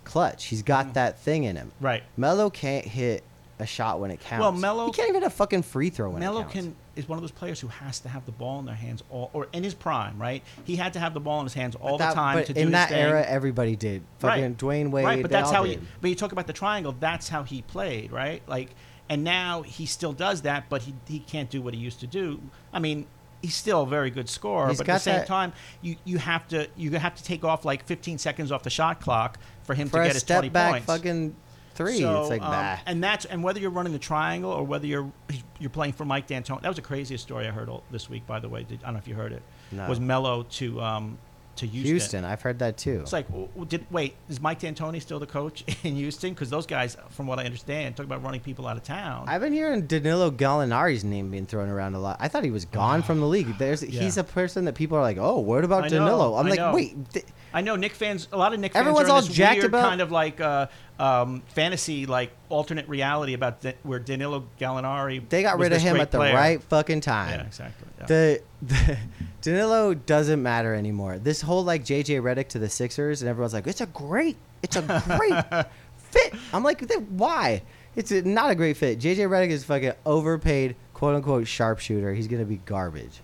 S1: clutch. He's got that thing in him.
S2: Mm. right.
S1: Melo can't hit a shot when it counts.
S2: Well, Melo-
S1: he can't even hit a fucking free throw when
S2: Melo
S1: it counts.
S2: can is one of those players who has to have the ball in their hands all or in his prime. Right. He had to have the ball in his hands all
S1: That-
S2: the time
S1: but
S2: to do
S1: in
S2: his
S1: that
S2: thing.
S1: era, everybody did. Fucking Dwayne Wade.
S2: Right, but
S1: they
S2: that's
S1: all
S2: how
S1: did.
S2: he. But you talk about the triangle. That's how he played, right? Like, and now he still does that, but he he can't do what he used to do. I mean, he's still a very good scorer,
S1: He's
S2: but at the
S1: got
S2: same
S1: that-
S2: time, you you have to you have to take off like 15 seconds off the shot clock for him
S1: for
S2: to
S1: a
S2: get his 20
S1: step back
S2: points.
S1: fucking three.
S2: So,
S1: it's like
S2: um,
S1: that.
S2: And that's and whether you're running the triangle or whether you're you're playing for Mike D'Antoni. That was the craziest story I heard all, this week, by the way. Did, I don't know if you heard it.
S1: No.
S2: Was Mello to um to Houston.
S1: Houston, I've heard that too.
S2: It's like, w- w- did, wait, is Mike D'Antoni still the coach in Houston? Because those guys, from what I understand, talk about running people out of town.
S1: I've been hearing Danilo Gallinari's name being thrown around a lot. I thought he was gone from the league. There's he's a person that people are like, "Oh, what about
S2: I know,
S1: Danilo?" I'm
S2: I
S1: like,
S2: know.
S1: "Wait, th-
S2: I know Nick fans, a lot of Nick fans
S1: Everyone's
S2: are in
S1: all
S2: this
S1: jacked
S2: weird
S1: about-
S2: kind of like uh, um, fantasy, like alternate reality about Da- where Danilo Gallinari.
S1: they got
S2: was
S1: rid of
S2: this
S1: him
S2: great
S1: at the
S2: player.
S1: right fucking time."
S2: Yeah, exactly. yeah.
S1: The, the Danilo doesn't matter anymore. This whole like JJ Redick to the Sixers and everyone's like, "It's a great, it's a great fit." I'm like, "Then "Why?" It's a- not a great fit. JJ Redick is fucking overpaid, quote unquote sharpshooter. He's gonna be garbage.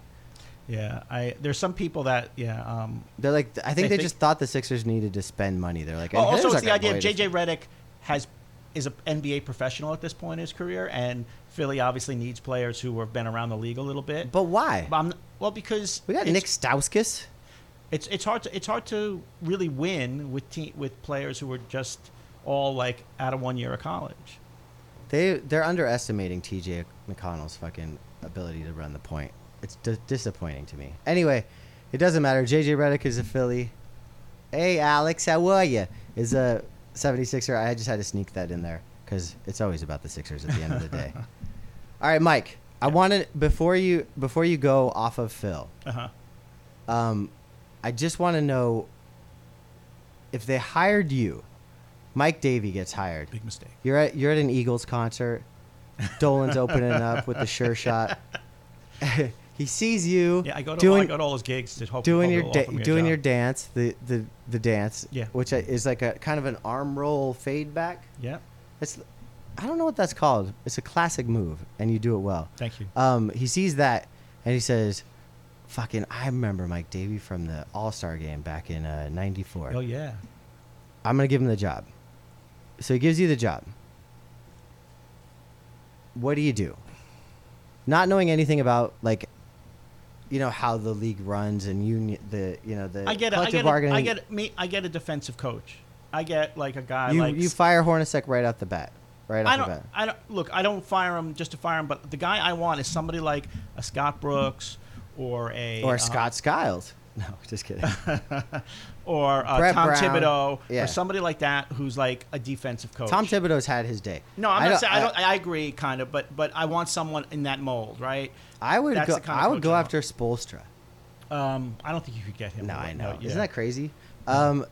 S2: Yeah, I there's some people that yeah. Um,
S1: They're like, I think
S2: They
S1: they,
S2: think-
S1: just thought the Sixers needed to spend money. They're like,
S2: oh,
S1: "And
S2: also
S1: there's
S2: it's the
S1: like a
S2: idea of
S1: boy to
S2: JJ
S1: spend."
S2: Redick has is an NBA professional at this point in his career, and Philly obviously needs players who have been around the league a little bit.
S1: But why?
S2: But I'm, well, because
S1: We got
S2: it's-
S1: Nick Stauskas.
S2: it's it's hard to it's hard to really win with te- with players who are just all like out of one year of college.
S1: They they're underestimating TJ McConnell's fucking ability to run the point. It's d- disappointing to me. Anyway, it doesn't matter. JJ Redick is a Philly. Hey Alex, how are you? Is a 76er. I just had to sneak that in there because it's always about the Sixers at the end of the day. All right, Mike. I wanted before you before you go off of Phil.
S2: Uh huh.
S1: Um, I just want to know if they hired you. Mike Davey gets hired.
S2: Big mistake.
S1: You're at you're at an Eagles concert. Dolan's opening up with the sure shot. he sees you.
S2: Yeah, I go to
S1: doing
S2: I go to all his gigs to hope
S1: doing
S2: hope
S1: your
S2: they'll
S1: da-
S2: offer me a
S1: doing
S2: job.
S1: your dance the the the dance.
S2: Yeah.
S1: which I- is like a kind of an arm roll fade back.
S2: yeah.
S1: It's I don't know what that's called. It's a classic move, and you do it well.
S2: Thank you.
S1: Um, he sees that and he says, "Fucking, I remember Mike Davey from the All Star game back in uh, '94.
S2: Oh yeah.
S1: I'm gonna give him the job." So he gives you the job. What do you do? Not knowing anything about like, you know how the league runs and union the you know the
S2: I get it. I
S1: uh, collective
S2: get it.
S1: bargaining.
S2: I get me. I get a defensive coach. I get like a guy
S1: You
S2: like
S1: you fire Hornacek right out the bat, right
S2: I
S1: off the
S2: don't.
S1: bat.
S2: I don't look. I don't fire him just to fire him, but the guy I want is somebody like a Scott Brooks or a
S1: Or
S2: uh, Oh,
S1: Scott Skiles. No, just kidding.
S2: or uh,
S1: Brett
S2: Tom
S1: Brown.
S2: Thibodeau
S1: Yeah.
S2: or somebody like that who's like a defensive coach.
S1: Tom Thibodeau's had his day.
S2: No, I'm
S1: I
S2: not saying I don't. I agree, kind of, but but I want someone in that mold, right?
S1: I would
S2: That's
S1: go.
S2: the kind of
S1: I would
S2: coach
S1: go
S2: I want.
S1: after Spoelstra.
S2: Um, I don't think you could get him.
S1: No, I know.
S2: yeah.
S1: Isn't that crazy? Um,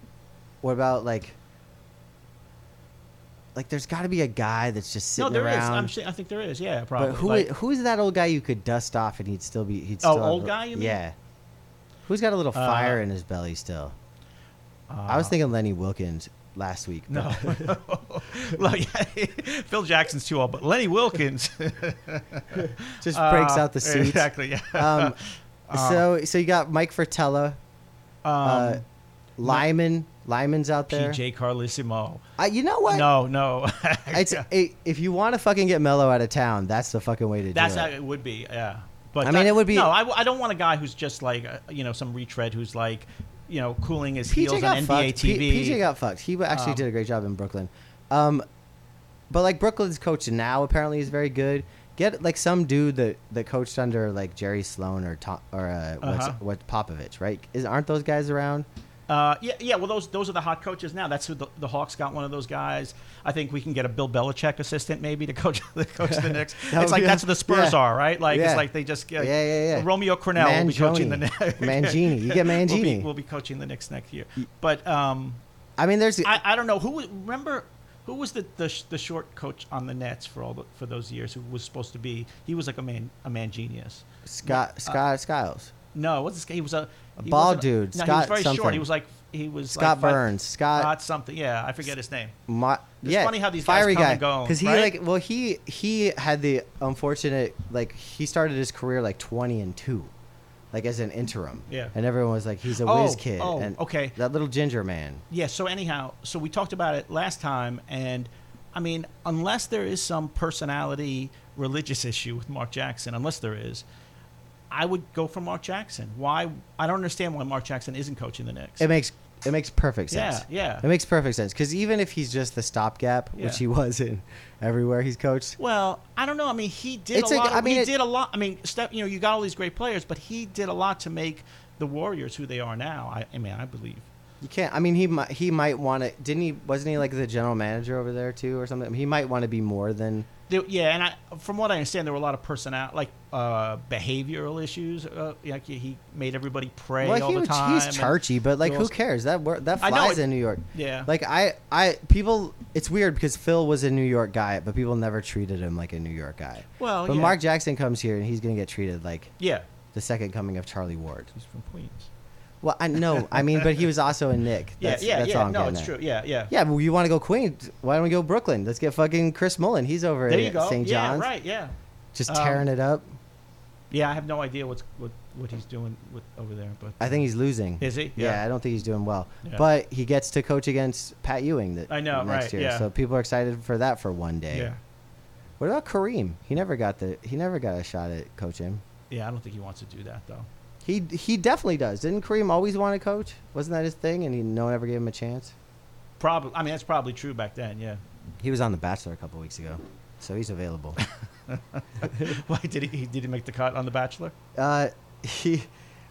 S1: what about like, like there's got to be a guy that's just
S2: No,
S1: sitting
S2: there is.
S1: around.
S2: I'm saying, I think there is. Yeah, probably.
S1: but who
S2: Like,
S1: i- who's that old guy you could dust off and he'd still be he'd
S2: Oh,
S1: still have
S2: old
S1: a-
S2: guy, you mean?
S1: Yeah. Who's got a little
S2: Uh,
S1: fire in his belly still? I was
S2: uh,
S1: thinking Lenny Wilkins last week.
S2: No.
S1: but-
S2: Look, Phil Jackson's too old, but Lenny Wilkins
S1: just breaks
S2: Uh,
S1: out the suit.
S2: Exactly. Yeah.
S1: Um,
S2: Uh,
S1: so so you got Mike Fratello,
S2: um,
S1: uh, Lyman. Lyman's out there.
S2: PJ Carlissimo.
S1: I, you know what?
S2: No, no.
S1: It's i if you want to fucking get Mello out of town, that's the fucking way to
S2: That's
S1: do
S2: how
S1: it.
S2: it would be. Yeah. But
S1: I mean,
S2: that-
S1: it would be-
S2: No, I, I don't want a guy who's just like uh, you know some retread who's like you know cooling his heels on NBA
S1: fucked.
S2: TV.
S1: P- PJ got fucked. He actually
S2: Um,
S1: did a great job in Brooklyn. Um, but like Brooklyn's coach now apparently is very good. Get like some dude that, that coached under like Jerry Sloan or Tom, or uh, what's,
S2: Uh-huh.
S1: what Popovich, right? Is aren't those guys around?
S2: Uh, yeah, yeah. Well, those those are the hot coaches now. That's who the, the Hawks got. One of those guys. I think we can get a Bill Belichick assistant maybe to coach the coach the Knicks.
S1: That
S2: it's
S1: would
S2: like
S1: be-
S2: that's what the Spurs
S1: yeah.
S2: are, right? Like
S1: Yeah.
S2: it's like they just get
S1: Yeah, yeah, yeah.
S2: Romeo Cornell will be coaching the
S1: Mangini.
S2: Knicks.
S1: Mangini. You get
S2: We'll be,
S1: Mangini.
S2: we'll be coaching the Knicks next year. But um,
S1: I mean, there's
S2: I, I don't know who was- remember who was the, the sh- the short coach on the Nets for all the, for those years who was supposed to be he was like a man a man genius.
S1: Scott Scott Skiles,
S2: No, what's this guy? He was a
S1: A
S2: he
S1: bald
S2: wasn't-
S1: dude,
S2: No,
S1: Scott
S2: he was very short. He
S1: something.
S2: was like he was
S1: Scott
S2: like five-
S1: Burns, Scott.
S2: Scott something. Yeah, I forget his name.
S1: My,
S2: It's
S1: yeah,
S2: funny how these guys
S1: fiery
S2: come
S1: guy.
S2: and go,
S1: he
S2: right?
S1: like, well, he he had the unfortunate like he started his career like twenty and two, like as an interim.
S2: Yeah.
S1: and everyone was like, he's a
S2: Oh,
S1: whiz kid.
S2: oh,
S1: and
S2: okay.
S1: That little ginger man.
S2: Yeah. So anyhow, so we talked about it last time, and I mean, unless there is some personality religious issue with Mark Jackson, unless there is, I would go for Mark Jackson. Why? I don't understand why Mark Jackson isn't coaching the Knicks.
S1: It makes it makes perfect sense.
S2: Yeah, yeah.
S1: It makes perfect sense because even if he's just the stopgap,
S2: Yeah.
S1: which he was in everywhere he's coached,
S2: well, I don't know. I mean, he did
S1: It's
S2: a
S1: like-
S2: lot.
S1: I mean,
S2: he
S1: it-
S2: did a lot. I mean, step. You know, you got all these great players, but he did a lot to make the Warriors who they are now. I, I mean, I believe.
S1: you can't. I mean, he might he might want to. Didn't he? Wasn't he like the general manager over there too, or something? He might want to be more than.
S2: There, yeah, and I, from what I understand, there were a lot of personal, like uh, behavioral issues. Uh, like he- he made everybody pray all
S1: he
S2: the
S1: was-
S2: time. and-
S1: He's churchy, but like,
S2: there
S1: who
S2: was-
S1: cares? That wor- that
S2: I know
S1: flies
S2: it-
S1: in New York.
S2: Yeah.
S1: Like I, I people. It's weird because Phil was a New York guy, but people never treated him like a New York guy.
S2: Well,
S1: but
S2: yeah.
S1: Mark Jackson comes here and he's gonna get treated like
S2: yeah,
S1: the second coming of Charlie Ward.
S2: he's from Queens.
S1: Well, I no, I mean, but he was also a Nick.
S2: Yeah,
S1: That's,
S2: yeah,
S1: that's
S2: yeah.
S1: All I'm
S2: No,
S1: getting
S2: it's
S1: at.
S2: true. Yeah, yeah.
S1: Yeah, well, you want to go Queens? Why don't we go Brooklyn? Let's get fucking Chris Mullen. He's over
S2: There
S1: at
S2: you go.
S1: St.
S2: Yeah,
S1: John's,
S2: right. Yeah.
S1: just
S2: Um,
S1: tearing it up.
S2: Yeah, I have no idea what's what, what he's doing with, over there, but
S1: I think he's losing.
S2: Is he?
S1: Yeah,
S2: Yeah.
S1: I don't think he's doing well.
S2: Yeah.
S1: But he gets to coach against Pat Ewing that
S2: I know,
S1: next
S2: right,
S1: year.
S2: yeah.
S1: So people are excited for that for one day.
S2: yeah,
S1: What about Kareem? He never got the he never got a shot at coaching.
S2: yeah. I don't think he wants to do that though.
S1: He he definitely does. Didn't Kareem always want to coach? Wasn't that his thing? And he, no one ever gave him a chance.
S2: Probably. I mean, that's probably true back then. Yeah.
S1: He was on The Bachelor a couple weeks ago, so he's available.
S2: Why did he did he make the cut on The Bachelor?
S1: uh, he,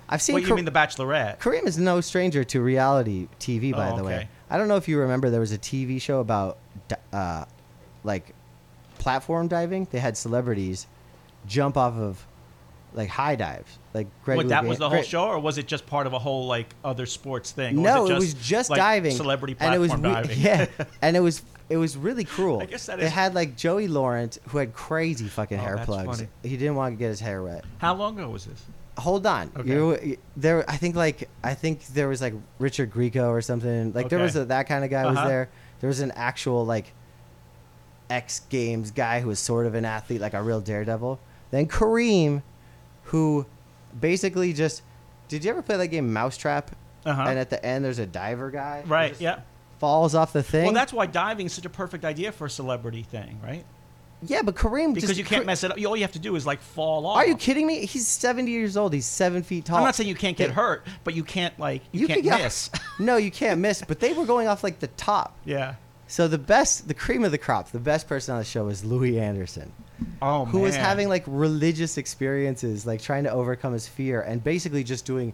S1: I've seen.
S2: What you
S1: Kar-
S2: mean The Bachelorette?
S1: Kareem is no stranger to reality TV, by
S2: Oh,
S1: the way.
S2: okay.
S1: I don't know if you remember, there was a TV show about, di- uh, like, platform diving. They had celebrities jump off of, like, high dives. Like Greg.
S2: What, that was
S1: Lougan-
S2: the whole
S1: Greg-
S2: show, or was it just part of a whole like other sports thing? Or
S1: No,
S2: was
S1: it, was just
S2: like,
S1: diving.
S2: Celebrity platform
S1: and it was we-
S2: diving.
S1: Yeah, and it was it was really cruel.
S2: I guess that
S1: They
S2: is-
S1: had like Joey Lawrence, who had crazy fucking
S2: Oh,
S1: hair
S2: that's
S1: plugs.
S2: funny.
S1: He didn't want to get his hair wet.
S2: How long ago was this?
S1: Hold on.
S2: Okay.
S1: You there I think like I think there was like Richard Grieco or something. Like there
S2: Okay.
S1: was a, that kind of guy was
S2: Uh-huh.
S1: there. There was an actual like X Games guy who was sort of an athlete, like a real daredevil. Then Kareem, who basically just did you ever play that game Mousetrap?
S2: Uh-huh.
S1: And at the end there's a diver guy. who
S2: Right.
S1: just
S2: Yeah.
S1: Falls off the thing.
S2: Well, that's why diving is such a perfect idea for a celebrity thing, right?
S1: yeah, but Kareem
S2: Because
S1: just,
S2: you can't
S1: Kar-
S2: mess it up. You- All you have to do is like fall off.
S1: Are you kidding me? He's 70 years old. He's seven feet tall.
S2: I'm not saying you can't get
S1: They-
S2: hurt, but you can't like you,
S1: could
S2: can't
S1: get-
S2: miss.
S1: no, you can't miss. But they were going off like the top.
S2: yeah.
S1: So the best, the cream of the crop, the best person on the show is Louis Anderson,
S2: Oh
S1: who
S2: man.
S1: was having like religious experiences, like trying to overcome his fear and basically just doing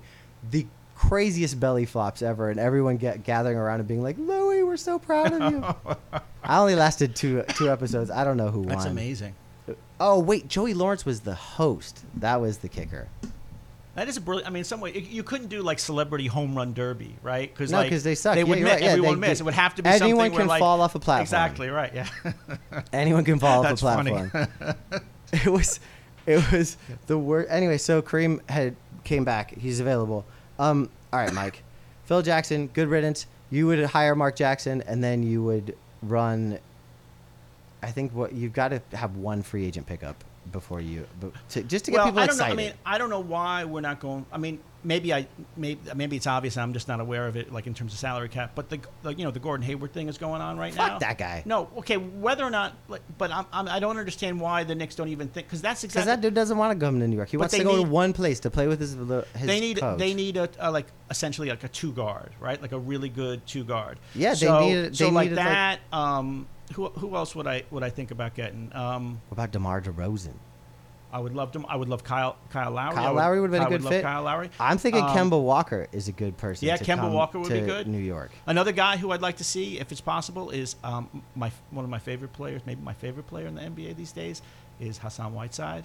S1: the craziest belly flops ever, and everyone get gathering around and being like, "Louis, we're so proud of you." I only lasted two two episodes. I don't know who won.
S2: That's amazing.
S1: Oh wait, Joey Lawrence was the host. That was the kicker.
S2: That is a brilliant. I mean, in some way, you- you couldn't do like celebrity home run derby, right? Because
S1: No, 'cause they suck.
S2: They
S1: Yeah,
S2: would
S1: you're
S2: miss.
S1: right. Yeah,
S2: Everyone
S1: they-
S2: miss. It would have to be
S1: Anyone
S2: something where
S1: can
S2: like
S1: fall off a platform.
S2: Exactly right. Yeah.
S1: Anyone can fall off a
S2: That's funny.
S1: platform. it was it was the worst anyway so kareem had came back he's available um all right mike phil jackson good riddance you would hire mark jackson and then you would run i think what you've got to have one free agent pickup before you but to, just to get
S2: well,
S1: people
S2: I don't
S1: excited
S2: know. I mean, I don't know why we're not going. I mean, maybe I maybe maybe it's obvious. and I'm just not aware of it, like in terms of salary cap. But the, the you know the Gordon Hayward thing is going on right
S1: Fuck
S2: now.
S1: that guy.
S2: No, okay. Whether or not, like, but I'm, I'm I don't understand why the Knicks don't even think because that's
S1: because
S2: exactly
S1: that dude doesn't want to come to New York. He
S2: But
S1: wants
S2: they
S1: to go to
S2: need-
S1: one place to play with his, his
S2: they need
S1: coach.
S2: they need a, a like essentially like a two guard, right? Like a really good two guard.
S1: Yeah, they
S2: so,
S1: need-
S2: so
S1: they
S2: like
S1: needed, like-
S2: that. um, who who else would I would I think about getting? Um,
S1: What about DeMar DeRozan?
S2: I would love them. I would love Kyle Kyle Lowry.
S1: Kyle
S2: I
S1: Lowry would have been
S2: I
S1: a good
S2: love
S1: fit.
S2: Kyle Lowry.
S1: I'm thinking
S2: Um,
S1: Kemba Walker is a good person.
S2: yeah,
S1: to
S2: Kemba
S1: come
S2: Walker would be
S1: to
S2: good.
S1: New York.
S2: Another guy who I'd like to see, if it's possible, is um, my one of my favorite players, maybe my favorite player in the NBA these days, is Hassan Whiteside.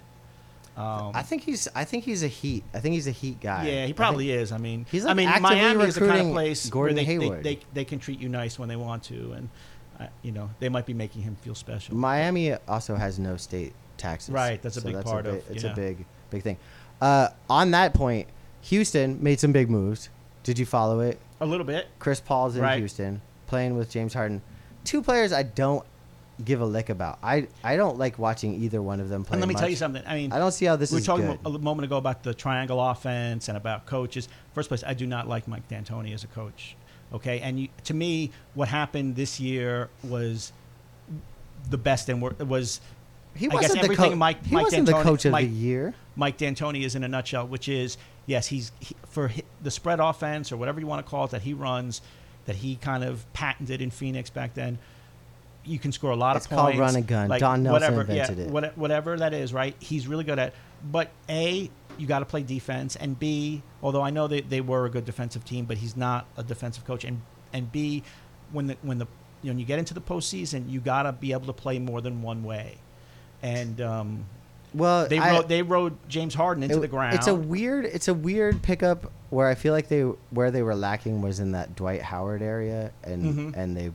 S2: Um,
S1: I think he's. I think he's a Heat. I think he's a Heat guy.
S2: yeah,
S1: I
S2: he
S1: think-
S2: probably is. I mean,
S1: He's,
S2: I
S1: like,
S2: mean,
S1: actively
S2: Miami is the kind of
S1: recruiting
S2: place
S1: Gordon
S2: where they, they,
S1: Hayward.
S2: they, they can treat you nice when they want to, and uh, you know they might be making him feel special.
S1: Miami also has no state taxes.
S2: Right, that's a big part
S1: bi-
S2: of-
S1: It's
S2: yeah.
S1: a big, big thing. Uh, on that point, Houston made some big moves. Did you follow it?
S2: a little bit.
S1: Chris Paul's in
S2: Right.
S1: Houston playing with James Harden. Two players I don't give a lick about. I I don't like watching either one of them play.
S2: And let me tell
S1: much.
S2: you something. I mean,
S1: I don't see how this
S2: we were
S1: is
S2: talking
S1: good.
S2: a moment ago about the triangle offense and about coaches. First place, I do not like Mike D'Antoni as a coach. Okay, and you, to me, what happened this year was the best and wor- was
S1: he
S2: I guess
S1: wasn't the
S2: everything
S1: coach.
S2: Mike-
S1: he
S2: Mike
S1: wasn't
S2: D'Antoni-
S1: the coach of
S2: Mike-
S1: the year.
S2: Mike D'Antoni is in a nutshell, which is yes, he's he, for hi the spread offense or whatever you want to call it that he runs, that he kind of patented in Phoenix back then. You can score a lot
S1: It's
S2: of
S1: called
S2: points.
S1: run and gun. Don Nelson
S2: whatever,
S1: invented
S2: yeah,
S1: it.
S2: what- whatever that is, right? He's really good at. But a, you got to play defense, and b, although I know they, they were a good defensive team, but he's not a defensive coach, and and b, when the when the you know, when you get into the postseason, you got to be able to play more than one way, and. Um,
S1: Well,
S2: they
S1: I-
S2: rode they rode James Harden into
S1: It-
S2: the ground.
S1: It's a weird it's a weird pickup where I feel like they where they were lacking was in that Dwight Howard area and
S2: Mhm.
S1: and they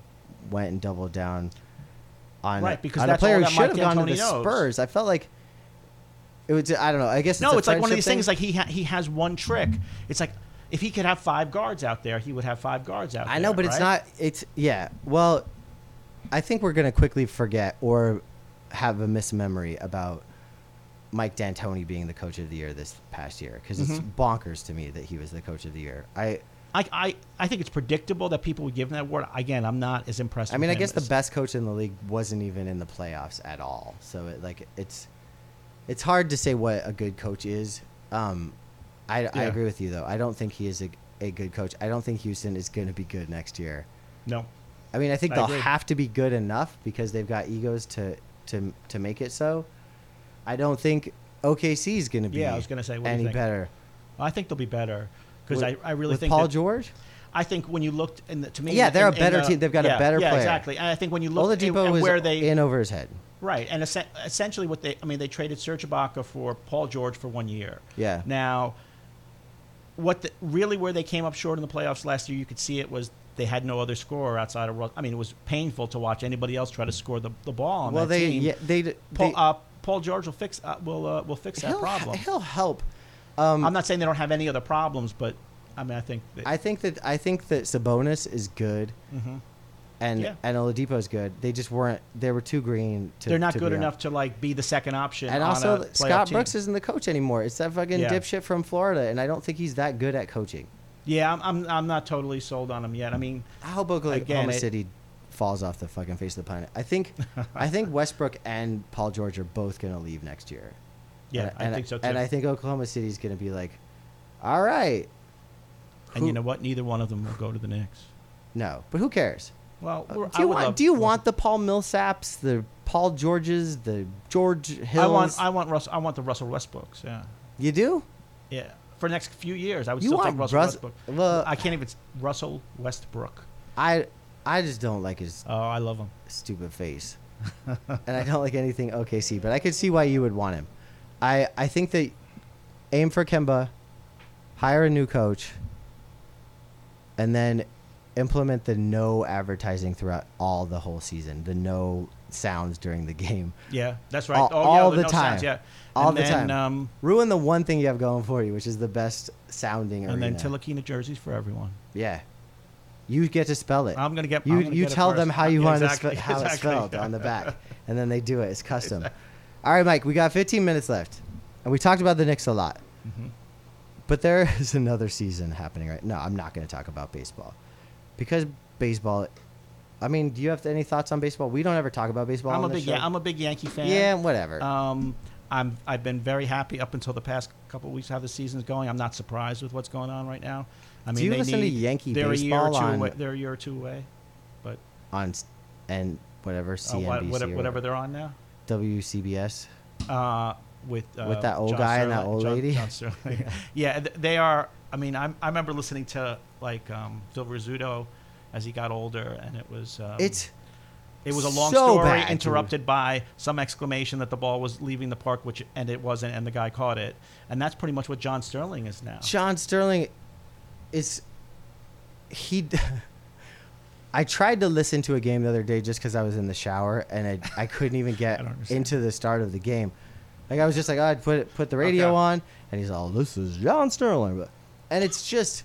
S1: went and doubled down on
S2: Right, because
S1: on a
S2: that's
S1: player
S2: all
S1: who
S2: that
S1: should have
S2: Mike
S1: gone to
S2: D'Antoni
S1: the
S2: knows.
S1: Spurs. I felt like it was I don't know. I guess
S2: no,
S1: a
S2: it's like one of
S1: friendship
S2: these
S1: thing.
S2: things. Like he ha- he has one trick. It's like if he could have five guards out there, he would have five guards out.
S1: I know,
S2: there,
S1: but it's
S2: right?
S1: not. It's yeah. Well, I think we're gonna quickly forget or have a mismemory about Mike D'Antoni being the coach of the year this past year because it's
S2: Mhm.
S1: bonkers to me that he was the coach of the year. I
S2: I, I, I think it's predictable that people would give him that award. Again, I'm not as impressed.
S1: I
S2: with
S1: mean, I
S2: him
S1: guess the
S2: as-
S1: best coach in the league wasn't even in the playoffs at all. So it, like it's it's hard to say what a good coach is. Um, I, I
S2: Yeah.
S1: agree with you though. I don't think he is a, a good coach. I don't think Houston is going to be good next year.
S2: No.
S1: I mean, I think
S2: I
S1: they'll
S2: agree.
S1: have to be good enough because they've got egos to to to make it so. I don't think OKC is going to be
S2: Yeah, I was gonna say, what do you
S1: any
S2: think?
S1: better
S2: I think they'll be better because I,
S1: With-
S2: I really
S1: with
S2: think
S1: Paul
S2: that-
S1: George.
S2: I think when you looked in the, to me,
S1: Yeah,
S2: in-
S1: they're a
S2: in
S1: better
S2: the-
S1: team. They've got a
S2: yeah,
S1: better
S2: yeah,
S1: player.
S2: exactly. And I think when you look at
S1: Oladipo was
S2: where they
S1: in over his head.
S2: right and essen- essentially what they I mean they traded Serge Ibaka for Paul George for one year.
S1: Yeah.
S2: Now, what the, really where they came up short in the playoffs last year, you could see it was they had no other scorer outside of. Ru- I mean, it was painful to watch anybody else try to score the, the ball on
S1: well,
S2: that
S1: they
S2: team.
S1: yeah, they, d-
S2: Paul,
S1: they
S2: uh, Paul George will fix uh, will uh, will fix that
S1: he'll,
S2: problem.
S1: he'll help. Um,
S2: I'm not saying they don't have any other problems, but I mean, I think that,
S1: I think that I think that Sabonis is good
S2: Mhm.
S1: and
S2: Yeah.
S1: and Oladipo is good. They just weren't. They were too green to.
S2: they're not
S1: to
S2: good
S1: be on.
S2: enough to like be the second option.
S1: And
S2: on
S1: also,
S2: a playoff
S1: Scott
S2: team.
S1: Brooks isn't the coach anymore. It's that fucking
S2: Yeah.
S1: dipshit from Florida, and I don't think he's that good at coaching.
S2: Yeah, I'm, I'm I'm not totally sold on him yet. I mean,
S1: I hope Oklahoma
S2: Again, it-
S1: City falls off the fucking face of the planet. I think, I think Westbrook and Paul George are both gonna leave next year.
S2: yeah,
S1: And-
S2: I
S1: and
S2: think so too.
S1: And I think Oklahoma City's gonna be like, all right,
S2: And you
S1: who-
S2: know what? Neither one of them will go to the Knicks.
S1: no, but who cares?
S2: Well,
S1: Uh,
S2: we're-
S1: do you
S2: I would
S1: want
S2: love-
S1: do you want the Paul Millsaps, the Paul Georges, the George Hills?
S2: I want I want Russ I want the Russell Westbrooks. Yeah,
S1: you do?
S2: yeah. For the next few years, I would
S1: You
S2: still
S1: want
S2: take Russell
S1: Russ-
S2: Westbrook.
S1: well-
S2: I can't even. Russell Westbrook.
S1: I I just don't like his
S2: Oh, I love him.
S1: stupid face. and I don't like anything OKC, but I could see why you would want him. I I think that aim for Kemba, hire a new coach, and then implement the no advertising throughout all the whole season. The no sounds during the game.
S2: Yeah, that's right.
S1: All-
S2: oh,
S1: all
S2: yeah,
S1: the
S2: no
S1: time.
S2: sounds, yeah,
S1: All
S2: and
S1: the
S2: then,
S1: time.
S2: Um,
S1: Ruin the one thing you have going for you, which is the best sounding
S2: and then
S1: arena.
S2: Tilakina jerseys for everyone.
S1: Yeah. You get to spell it.
S2: I'm gonna get.
S1: you
S2: I'm gonna
S1: you
S2: get it
S1: tell
S2: first.
S1: them how you
S2: Yeah,
S1: want
S2: exactly,
S1: to spe- how it's
S2: exactly.
S1: spelled on the back, and then they do it. It's custom. All right, Mike. We got 15 minutes left, and we talked about the Knicks a lot,
S2: Mhm.
S1: but there is another season happening right. No, I'm not going to talk about baseball because baseball. I mean, do you have any thoughts on baseball? We don't ever talk about baseball.
S2: I'm a
S1: on this
S2: big. Yeah,
S1: show.
S2: I'm a big Yankee fan.
S1: yeah, whatever.
S2: Um,
S1: Mm-hmm.
S2: I'm I've been very happy up until the past couple of weeks how the season's going. I'm not surprised with what's going on right now. I mean,
S1: you
S2: they
S1: listen to
S2: need,
S1: Yankee
S2: they're a year
S1: baseball
S2: or two
S1: on-
S2: away, they're a year or two away, but
S1: on s- and whatever
S2: uh,
S1: CNBC
S2: wha- whatever,
S1: or
S2: whatever they're on now.
S1: WCBS.
S2: Uh, with uh,
S1: With that old
S2: John
S1: guy and that
S2: Sterling-
S1: old
S2: John-
S1: lady?
S2: John Sterling. yeah, th- they are. I mean, I'm, I remember listening to like um, Phil Rizzuto as he got older, and it was um,
S1: it's
S2: It was a long
S1: So
S2: story
S1: bad, dude.
S2: interrupted by some exclamation that the ball was leaving the park, which and it wasn't, and the guy caught it, and that's pretty much what John Sterling is now.
S1: John Sterling is he. I tried to listen to a game the other day just because I was in the shower and I, I couldn't even get
S2: I don't understand.
S1: into the start of the game. Like I was just like, oh, I'd put it, put the radio
S2: Okay.
S1: on, and he's all, "This is John Sterling," but and it's just,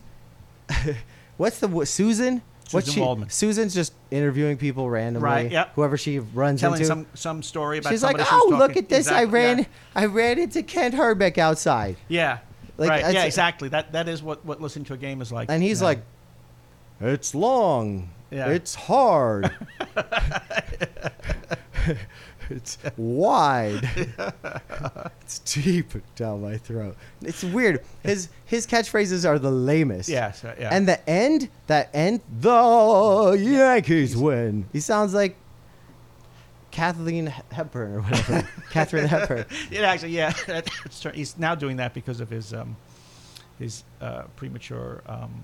S1: what's the wo- Susan? what's
S2: Susan
S1: she?
S2: Waldman.
S1: Susan's just interviewing people randomly.
S2: Right, yep.
S1: Whoever she runs
S2: Telling
S1: into.
S2: some some story about
S1: She's like,
S2: somebody she was
S1: "Oh, look
S2: talking-
S1: at this! I
S2: Exactly, yeah.
S1: ran, I ran into Kent Herbeck outside."
S2: Yeah,
S1: Like,
S2: right. Yeah,
S1: that's-
S2: exactly. That that is what what listening to a game is like.
S1: And he's
S2: you know.
S1: like, "It's long.
S2: Yeah.
S1: It's hard. it's wide. it's deep down my throat. It's weird. His his catchphrases are the lamest.
S2: Yes, uh, yeah.
S1: And the end, that end, the Yankees win. He sounds like Kathleen Hepburn or whatever. Catherine Hepburn.
S2: it actually, yeah, it's tur- he's now doing that because of his um his uh, premature um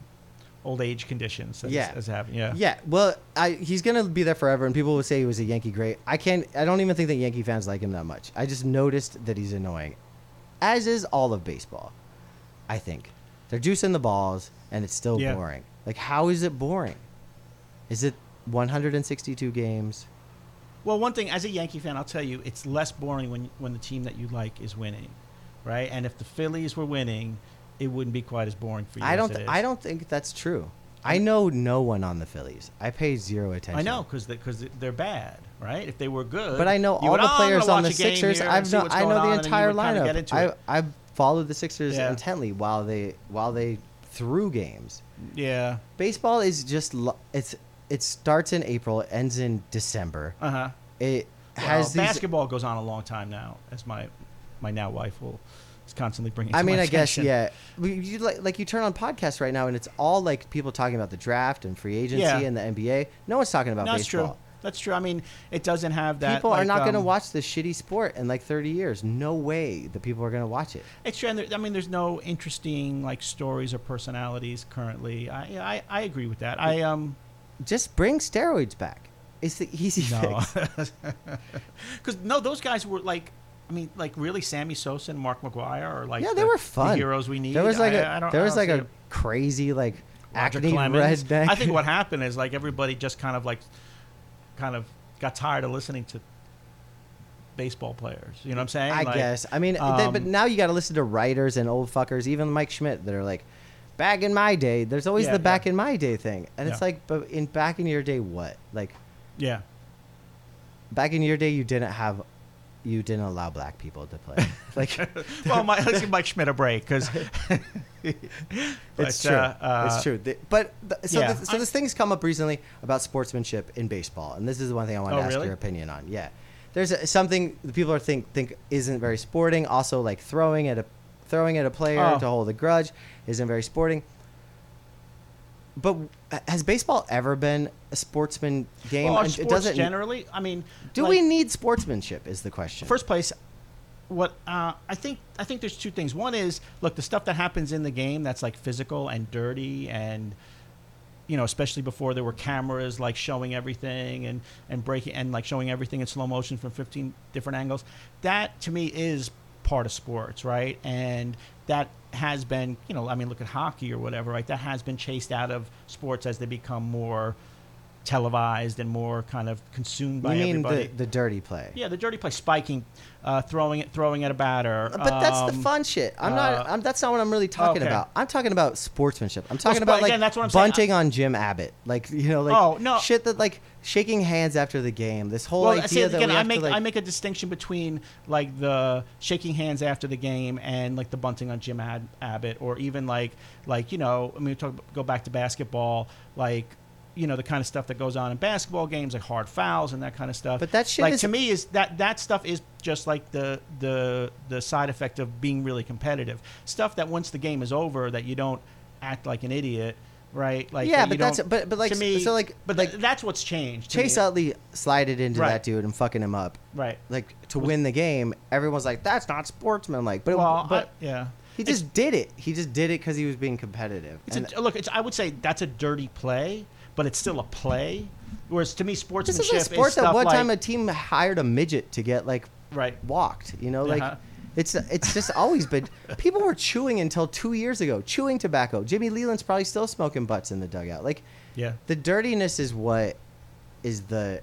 S2: old age conditions. That
S1: Yeah.
S2: is, is happening. Yeah,
S1: Yeah, well, I, he's gonna be there forever, and people will say he was a Yankee great. I can't. I don't even think that Yankee fans like him that much. I just noticed that he's annoying, as is all of baseball. I think they're juicing the balls, and it's still
S2: Yeah.
S1: boring. Like, how is it boring? Is it 162 games?
S2: Well, one thing as a Yankee fan, I'll tell you, it's less boring when when the team that you like is winning, right? And if the Phillies were winning, it wouldn't be quite as boring for you.
S1: I
S2: as
S1: don't.
S2: it
S1: Th-
S2: is.
S1: I don't think that's true. I know no one on the Phillies. I pay zero attention.
S2: I know because because they're bad, right? If they were good,
S1: But I know
S2: you
S1: all
S2: would,
S1: the
S2: "Oh, I'm
S1: players
S2: gonna
S1: on
S2: watch
S1: the
S2: a game
S1: Sixers.
S2: here
S1: I've
S2: and see
S1: know,
S2: what's
S1: I
S2: going
S1: know
S2: on,"
S1: the
S2: and you
S1: entire
S2: would kinda get
S1: lineup.
S2: into
S1: I
S2: it.
S1: I followed the Sixers
S2: Yeah.
S1: intently while they while they threw games.
S2: yeah,
S1: Baseball is just lo- it's it starts in April, it ends in December.
S2: uh huh.
S1: It
S2: Well,
S1: has these.
S2: basketball goes on a long time now, as my my now wife will is constantly bringing.
S1: I
S2: to
S1: mean,
S2: my
S1: I guess
S2: attention.
S1: yeah. We- You, like, like you turn on podcasts right now, and it's all like people talking about the draft and free agency
S2: Yeah.
S1: and the NBA. No one's talking about
S2: No, that's
S1: baseball.
S2: true. That's true. I mean, it doesn't have that.
S1: people are
S2: like,
S1: not going to
S2: um,
S1: watch this shitty sport in like 30 years. No way that people are going to watch it.
S2: It's true. And there, I mean, there's no interesting like stories or personalities currently. I I, I agree with that. I um
S1: Just bring steroids back. It's the easy
S2: no,
S1: fix.
S2: because no, those guys were like. I mean, like really, Sammy Sosa and Mark McGuire are like
S1: yeah, they
S2: the-
S1: were
S2: the
S1: fun.
S2: heroes we need.
S1: There was like
S2: I-
S1: a
S2: I don't-
S1: there
S2: I
S1: was
S2: don't
S1: like
S2: see
S1: a
S2: it.
S1: crazy like
S2: Roger
S1: acne
S2: Clemens.
S1: redneck.
S2: I think what happened is like everybody just kind of like, kind of got tired of listening to baseball players. You know what I'm saying?
S1: I
S2: Like,
S1: guess. I mean, they- but
S2: um,
S1: now you got to listen to writers and old fuckers, even Mike Schmidt, that are like, back in my day. There's always
S2: Yeah,
S1: the back
S2: yeah.
S1: in my day thing, and it's
S2: Yeah.
S1: like, but in back in your day, what? Like
S2: Yeah.
S1: back in your day, you didn't have, you didn't allow black people to play. like
S2: Well, my, let's give Mike Schmidt a break uh, because
S1: uh, it's, true. it's true. They- But th- so,
S2: yeah.
S1: th- so this thing's come up recently about sportsmanship in baseball, and this is the one thing I want
S2: Oh,
S1: to ask
S2: really?
S1: your opinion on. Yeah, there's a, something that people are think think isn't very sporting. Also, like throwing at a throwing at a player
S2: Oh.
S1: to hold a grudge isn't very sporting. But w- has baseball ever been a sportsman game?
S2: Well, are
S1: And it
S2: sports
S1: doesn't-
S2: generally. I mean,
S1: do
S2: like,
S1: we need sportsmanship? Is the question.
S2: first place what uh, I think I think there's two things. One is look the stuff that happens in the game that's like physical and dirty and you know especially before there were cameras like showing everything and and breaking and like showing everything in slow motion from 15 different angles. That to me is part of sports, right? And that has been, you know, I mean look at hockey or whatever, right? That has been chased out of sports as they become more televised and more kind of consumed
S1: you
S2: by
S1: mean
S2: everybody.
S1: the, the dirty play?
S2: Yeah, the dirty play, spiking, uh, throwing it, throwing at a batter.
S1: But that's the
S2: um,
S1: fun shit. I'm not.
S2: uh,
S1: I'm, that's not what I'm really talking
S2: okay.
S1: about. I'm talking about sportsmanship. I'm talking
S2: sp-
S1: about like
S2: again, that's what I'm saying.
S1: bunting on Jim Abbott. Like you know, like
S2: Oh, no.
S1: shit that like shaking hands after the game. This whole
S2: Well,
S1: idea
S2: see,
S1: that
S2: again,
S1: we
S2: I
S1: have
S2: make
S1: to like.
S2: I make a distinction between like the shaking hands after the game and like the bunting on Jim Ad- Abbott, or even like like you know, I mean, talk go back to basketball, like you know the kind of stuff that goes on in basketball games, like hard fouls and that kind of stuff.
S1: But that shit
S2: like
S1: is-
S2: to me is that that stuff is just like the the the side effect of being really competitive stuff that once the game is over that you don't act like an idiot. Right, like
S1: Yeah,
S2: that
S1: but
S2: you
S1: that's-
S2: don't-
S1: but- but, like,
S2: to me,
S1: so, like-
S2: but
S1: like-
S2: th- that's what's changed. to
S1: Chase
S2: me.
S1: Utley slided into
S2: Right.
S1: that dude and fucking him up.
S2: right?
S1: Like to win the game, everyone's like, "That's not sportsman." Like, but
S2: well,
S1: but
S2: I- yeah,
S1: he just did it. He just did it because he was being competitive.
S2: It's
S1: And
S2: a, look, it's, I would say that's a dirty play, but it's still a play. Whereas to me,
S1: this
S2: sportsmanship
S1: is a sport that
S2: stuff
S1: one
S2: like,
S1: time a team hired a midget to get like
S2: right.
S1: walked. You know, like
S2: Uh-huh.
S1: it's it's just always been. People were chewing until two years ago, chewing tobacco. Jimmy Leland's probably still smoking butts in the dugout. Like
S2: Yeah,
S1: the dirtiness is what is the.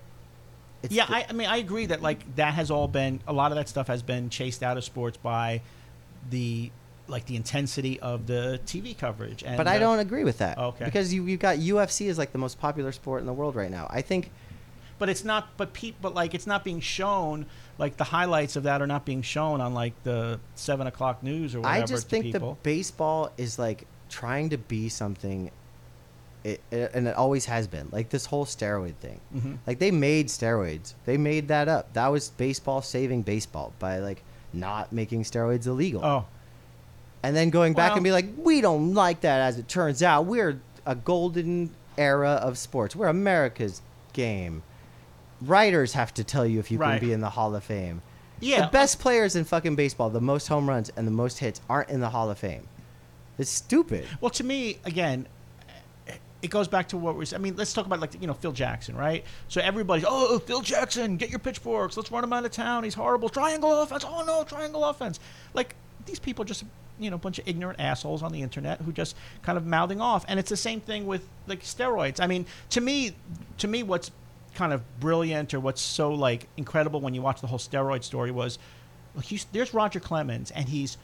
S1: It's
S2: yeah.
S1: the-
S2: I, I mean, I agree that like that has all been a lot of that stuff has been chased out of sports by the like the intensity of the TV coverage. And
S1: but I
S2: the-
S1: don't agree with that.
S2: Okay.
S1: Because you you've got UFC is like the most popular sport in the world right now. I think.
S2: But it's not. But peop, But like it's not being shown. Like the highlights of that are not being shown on like the seven o'clock news or whatever.
S1: I just
S2: to
S1: think
S2: people.
S1: that baseball is like trying to be something, it, it- and it always has been. Like this whole steroid thing.
S2: Mhm.
S1: Like they made steroids. They made that up. That was baseball saving baseball by like not making steroids illegal.
S2: Oh,
S1: And then going back
S2: Well-
S1: and be like, we don't like that. As it turns out, we're a golden era of sports. We're America's game. Writers have to tell you if you
S2: Right.
S1: can be in the Hall of Fame.
S2: yeah.
S1: The best players in fucking baseball, the most home runs and the most hits, aren't in the Hall of Fame. It's stupid.
S2: Well, to me, again, it goes back to what we're. I mean, let's talk about like you know Phil Jackson, right? So everybody's, oh, Phil Jackson, get your pitchforks, let's run him out of town. He's horrible. Triangle offense. Oh no, triangle offense. Like these people just you know a bunch of ignorant assholes on the internet who just kind of mouthing off. And it's the same thing with like steroids. I mean, to me, to me, what's kind of brilliant or what's so like incredible when you watch the whole steroid story was, look, he's, there's Roger Clemens, and he's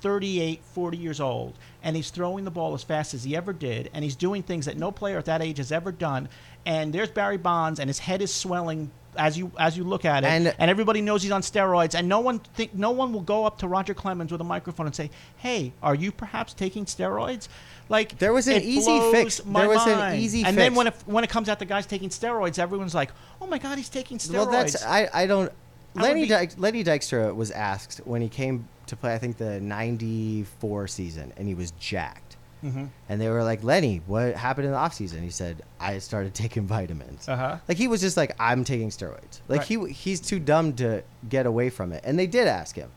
S2: 38, 40 years old, and he's throwing the ball as fast as he ever did, and he's doing things that no player at that age has ever done. And there's Barry Bonds, and his head is swelling as you as you look at it,
S1: And-
S2: and everybody knows he's on steroids, and no one think no one will go up to Roger Clemens with a microphone and say, "Hey, are you perhaps taking steroids?" Like
S1: There was an
S2: it
S1: easy
S2: blows
S1: fix.
S2: my
S1: There was an
S2: mind.
S1: easy
S2: and then
S1: fix.
S2: when it, when it comes out the guy's taking steroids, everyone's like, "Oh my God, he's taking steroids."
S1: Well, that's I. I don't.
S2: I
S1: Lenny
S2: would be-
S1: Dyke, Lenny Dykstra was asked when he came to play. I think the '94 season, and he was jacked.
S2: Mhm.
S1: And they were like, Lenny, what happened in the offseason? He said, I started taking vitamins.
S2: Uh-huh.
S1: Like he was just like, I'm taking steroids. Like
S2: Right.
S1: he he's too dumb to get away from it. And they did ask him,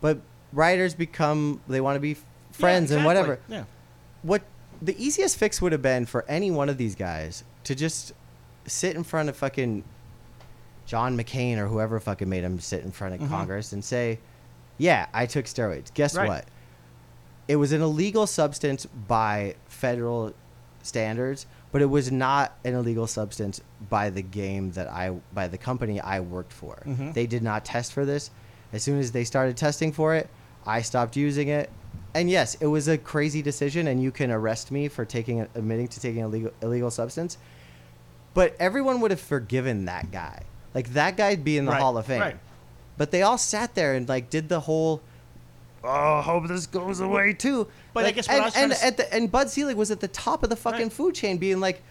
S1: but writers become they want to be
S2: Yeah,
S1: friends and
S2: exactly.
S1: whatever
S2: Yeah.
S1: what the easiest fix would have been for any one of these guys to just sit in front of fucking John McCain or whoever fucking made him sit in front of
S2: Mhm.
S1: Congress and say, "Yeah, I took steroids. Guess
S2: Right.
S1: what? It was an illegal substance by federal standards, but it was not an illegal substance by the game that I by the company I worked for.
S2: Mhm.
S1: They did not test for this. As soon as they started testing for it, I stopped using it. And yes, it was a crazy decision, and you can arrest me for taking admitting to taking illegal illegal substance. But everyone would have forgiven that guy. Like that guy'd be in the
S2: Right,
S1: Hall of Fame.
S2: right.
S1: But they all sat there and like did the whole Oh, hope this goes away too.
S2: But I
S1: Like,
S2: guess what I
S1: and,
S2: was trying
S1: and
S2: to s-
S1: at the and Bud Selig was at the top of the fucking
S2: Right.
S1: food chain being like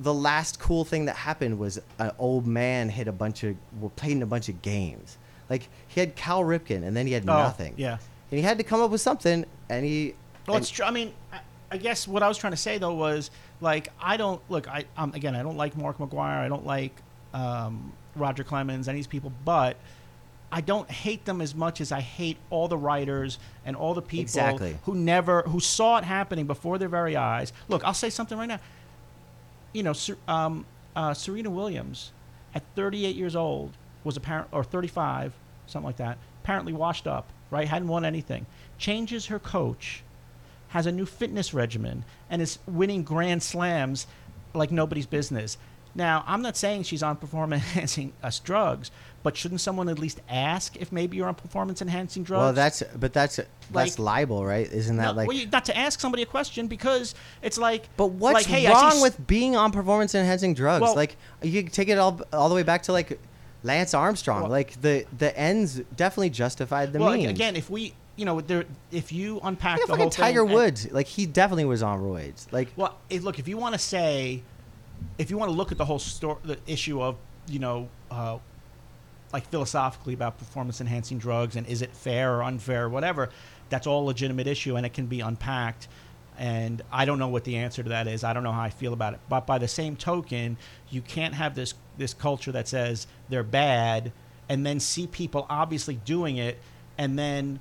S1: the last cool thing that happened was an old man hit a bunch of were playing a bunch of games. Like he had Cal Ripken and then he had
S2: Oh,
S1: nothing.
S2: yeah.
S1: And he had to come up with something and he
S2: Well,
S1: and-
S2: it's true. I mean, I, I guess what I was trying to say though was like I don't look. I um, again, I don't like Mark McGuire. I don't like um, Roger Clemens. Any of these people, but I don't hate them as much as I hate all the writers and all the people
S1: Exactly.
S2: who never who saw it happening before their very eyes. Look, I'll say something right now. You know, Ser- um, uh, Serena Williams at 38 years old was apparent or 35, something like that. Apparently washed up, right? Hadn't won anything. Changes her coach, has a new fitness regimen, and is winning grand slams like nobody's business. Now, I'm not saying she's on performance enhancing us drugs, but shouldn't someone at least ask if maybe you're on performance enhancing drugs?
S1: Well, that's but that's
S2: Like-
S1: that's libel, right? Isn't that
S2: No,
S1: like?
S2: well, you- not to ask somebody a question because it's like.
S1: but what's
S2: like, hey, I see
S1: wrong
S2: s-
S1: with being on performance enhancing drugs?
S2: Well-
S1: like you could take it all all the way back to like Lance Armstrong.
S2: Well-
S1: like the the ends definitely justified the
S2: well,
S1: means.
S2: again, if we, you know, there, if you unpack
S1: like a
S2: the whole
S1: fucking Tiger
S2: thing and-
S1: Woods. like he definitely was on roids. Like
S2: Well, eh, look, if you want to say, if you want to look at the whole story, the issue of you know, uh, like philosophically about performance enhancing drugs and is it fair or unfair, or whatever, that's all a legitimate issue and it can be unpacked. And I don't know what the answer to that is. I don't know how I feel about it. But by the same token, you can't have this this culture that says they're bad and then see people obviously doing it and then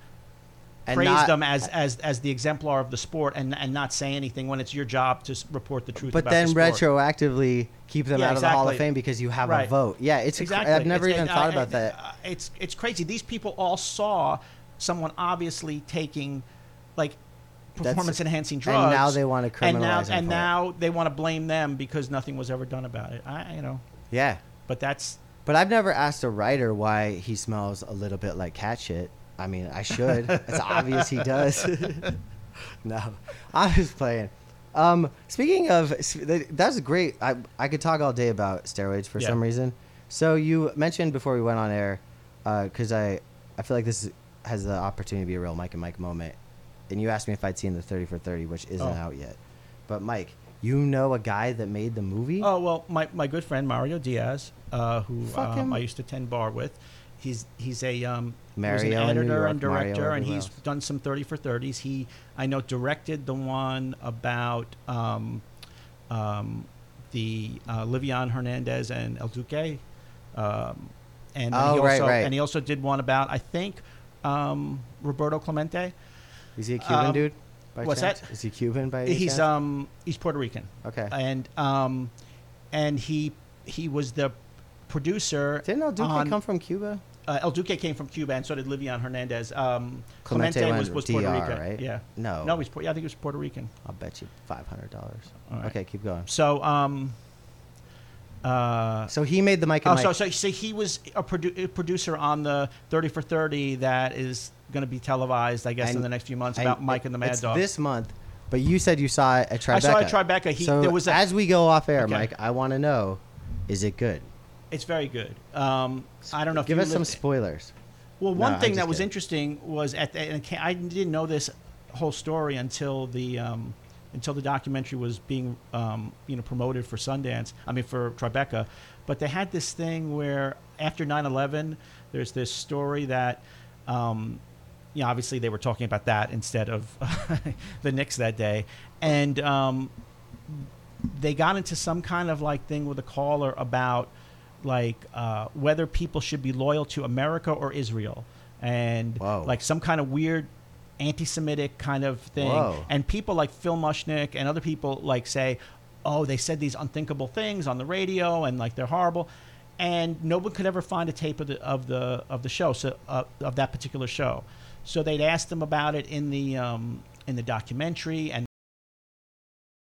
S1: and
S2: praise
S1: not-
S2: them as, as as the exemplar of the sport and and not say anything when it's your job to s- report the truth.
S1: But
S2: about
S1: then
S2: the sport.
S1: retroactively keep them
S2: Yeah,
S1: out of the Hall of
S2: exactly.
S1: Fame because you have
S2: Right.
S1: a vote. Yeah, it's a cr-
S2: exactly.
S1: I've never
S2: It's-
S1: even
S2: it-
S1: thought
S2: I-
S1: about
S2: I-
S1: that.
S2: uh, It's it's crazy. These people all saw someone obviously taking like
S1: That's-
S2: performance enhancing
S1: and
S2: drugs,
S1: now they wanna
S2: and now
S1: criminalize them
S2: and
S1: for it.
S2: now they want to blame them because nothing was ever done about it. I you know,
S1: yeah,
S2: but that's
S1: But I've never asked a writer why he smells a little bit like cat shit. I mean, I should. it's obvious he does. no, I'm just playing. Um, speaking of, s- th- that's great. I I could talk all day about steroids for
S2: Yeah.
S1: some reason. So you mentioned before we went on air, because I I feel like this is, has the opportunity to be a real Mike and Mike moment, and you asked me if I'd seen the Thirty for Thirty, which isn't
S2: Oh.
S1: out yet. But Mike, you know a guy that made the movie?
S2: Oh well, my, my good friend Mario Diaz, uh, who
S1: Fuck
S2: um,
S1: him.
S2: I used to attend bar with, he's he's a um, he was
S1: Mario in
S2: an
S1: New
S2: editor
S1: York, Mario
S2: and director, and
S1: everywhere
S2: he's
S1: else.
S2: done some thirty for thirties. He I know directed the one about um, um, the uh, Livian Hernandez and El Duque, um, and
S1: Oh,
S2: he also,
S1: right, right.
S2: and he also did one about I think um, Roberto Clemente.
S1: Is he a Cuban
S2: Um,
S1: dude? By
S2: what's
S1: chance?
S2: that?
S1: Is he Cuban by any
S2: He's
S1: chance?
S2: um he's Puerto Rican.
S1: Okay.
S2: And um, and he he was the producer.
S1: Didn't El Duque
S2: on-
S1: come from Cuba?
S2: Uh, El Duque came from Cuba, and so did Livian Hernandez. Um,
S1: Clemente
S2: Clemente,
S1: went
S2: was, was Puerto
S1: DR,
S2: Rican,
S1: right?
S2: Yeah.
S1: No.
S2: No, he's Pu- yeah, I think he was Puerto Rican.
S1: I'll bet you five hundred dollars.
S2: All right.
S1: Okay, keep going.
S2: So um, Uh,
S1: So he made the Mike and
S2: oh,
S1: Mike.
S2: so, so so he was a, produ- a producer on the Thirty for Thirty that is going to be televised, I guess, in
S1: And-
S2: the next few months
S1: And
S2: about Mike and the Mad
S1: it's
S2: Dog.
S1: This month, but you said you saw it at Tribeca.
S2: I saw it at Tribeca. He-
S1: so
S2: there was a-
S1: as we go off air,
S2: Okay.
S1: Mike. I want to know, is it good?
S2: It's very good. Um, I don't know. if
S1: Give
S2: you
S1: us some
S2: lived-
S1: spoilers.
S2: Well, one
S1: No, I'm
S2: thing that
S1: just
S2: was
S1: kidding.
S2: interesting was at the, and I can't- I didn't know this whole story until the um, until the documentary was being um, you know promoted for Sundance. I mean for Tribeca, but they had this thing where after 9/11, there's this story that. Um, you know, obviously they were talking about that instead of the Knicks that day, and um, they got into some kind of like thing with a caller about like uh, whether people should be loyal to America or Israel, and
S1: Whoa.
S2: like some kind of weird anti-Semitic kind of thing.
S1: Whoa.
S2: And people like Phil Mushnick and other people like say, "Oh, they said these unthinkable things on the radio, and like they're horrible." And no one could ever find a tape of the of the of the show, so uh, of that particular show. So they'd asked them about it in the um, in the documentary, and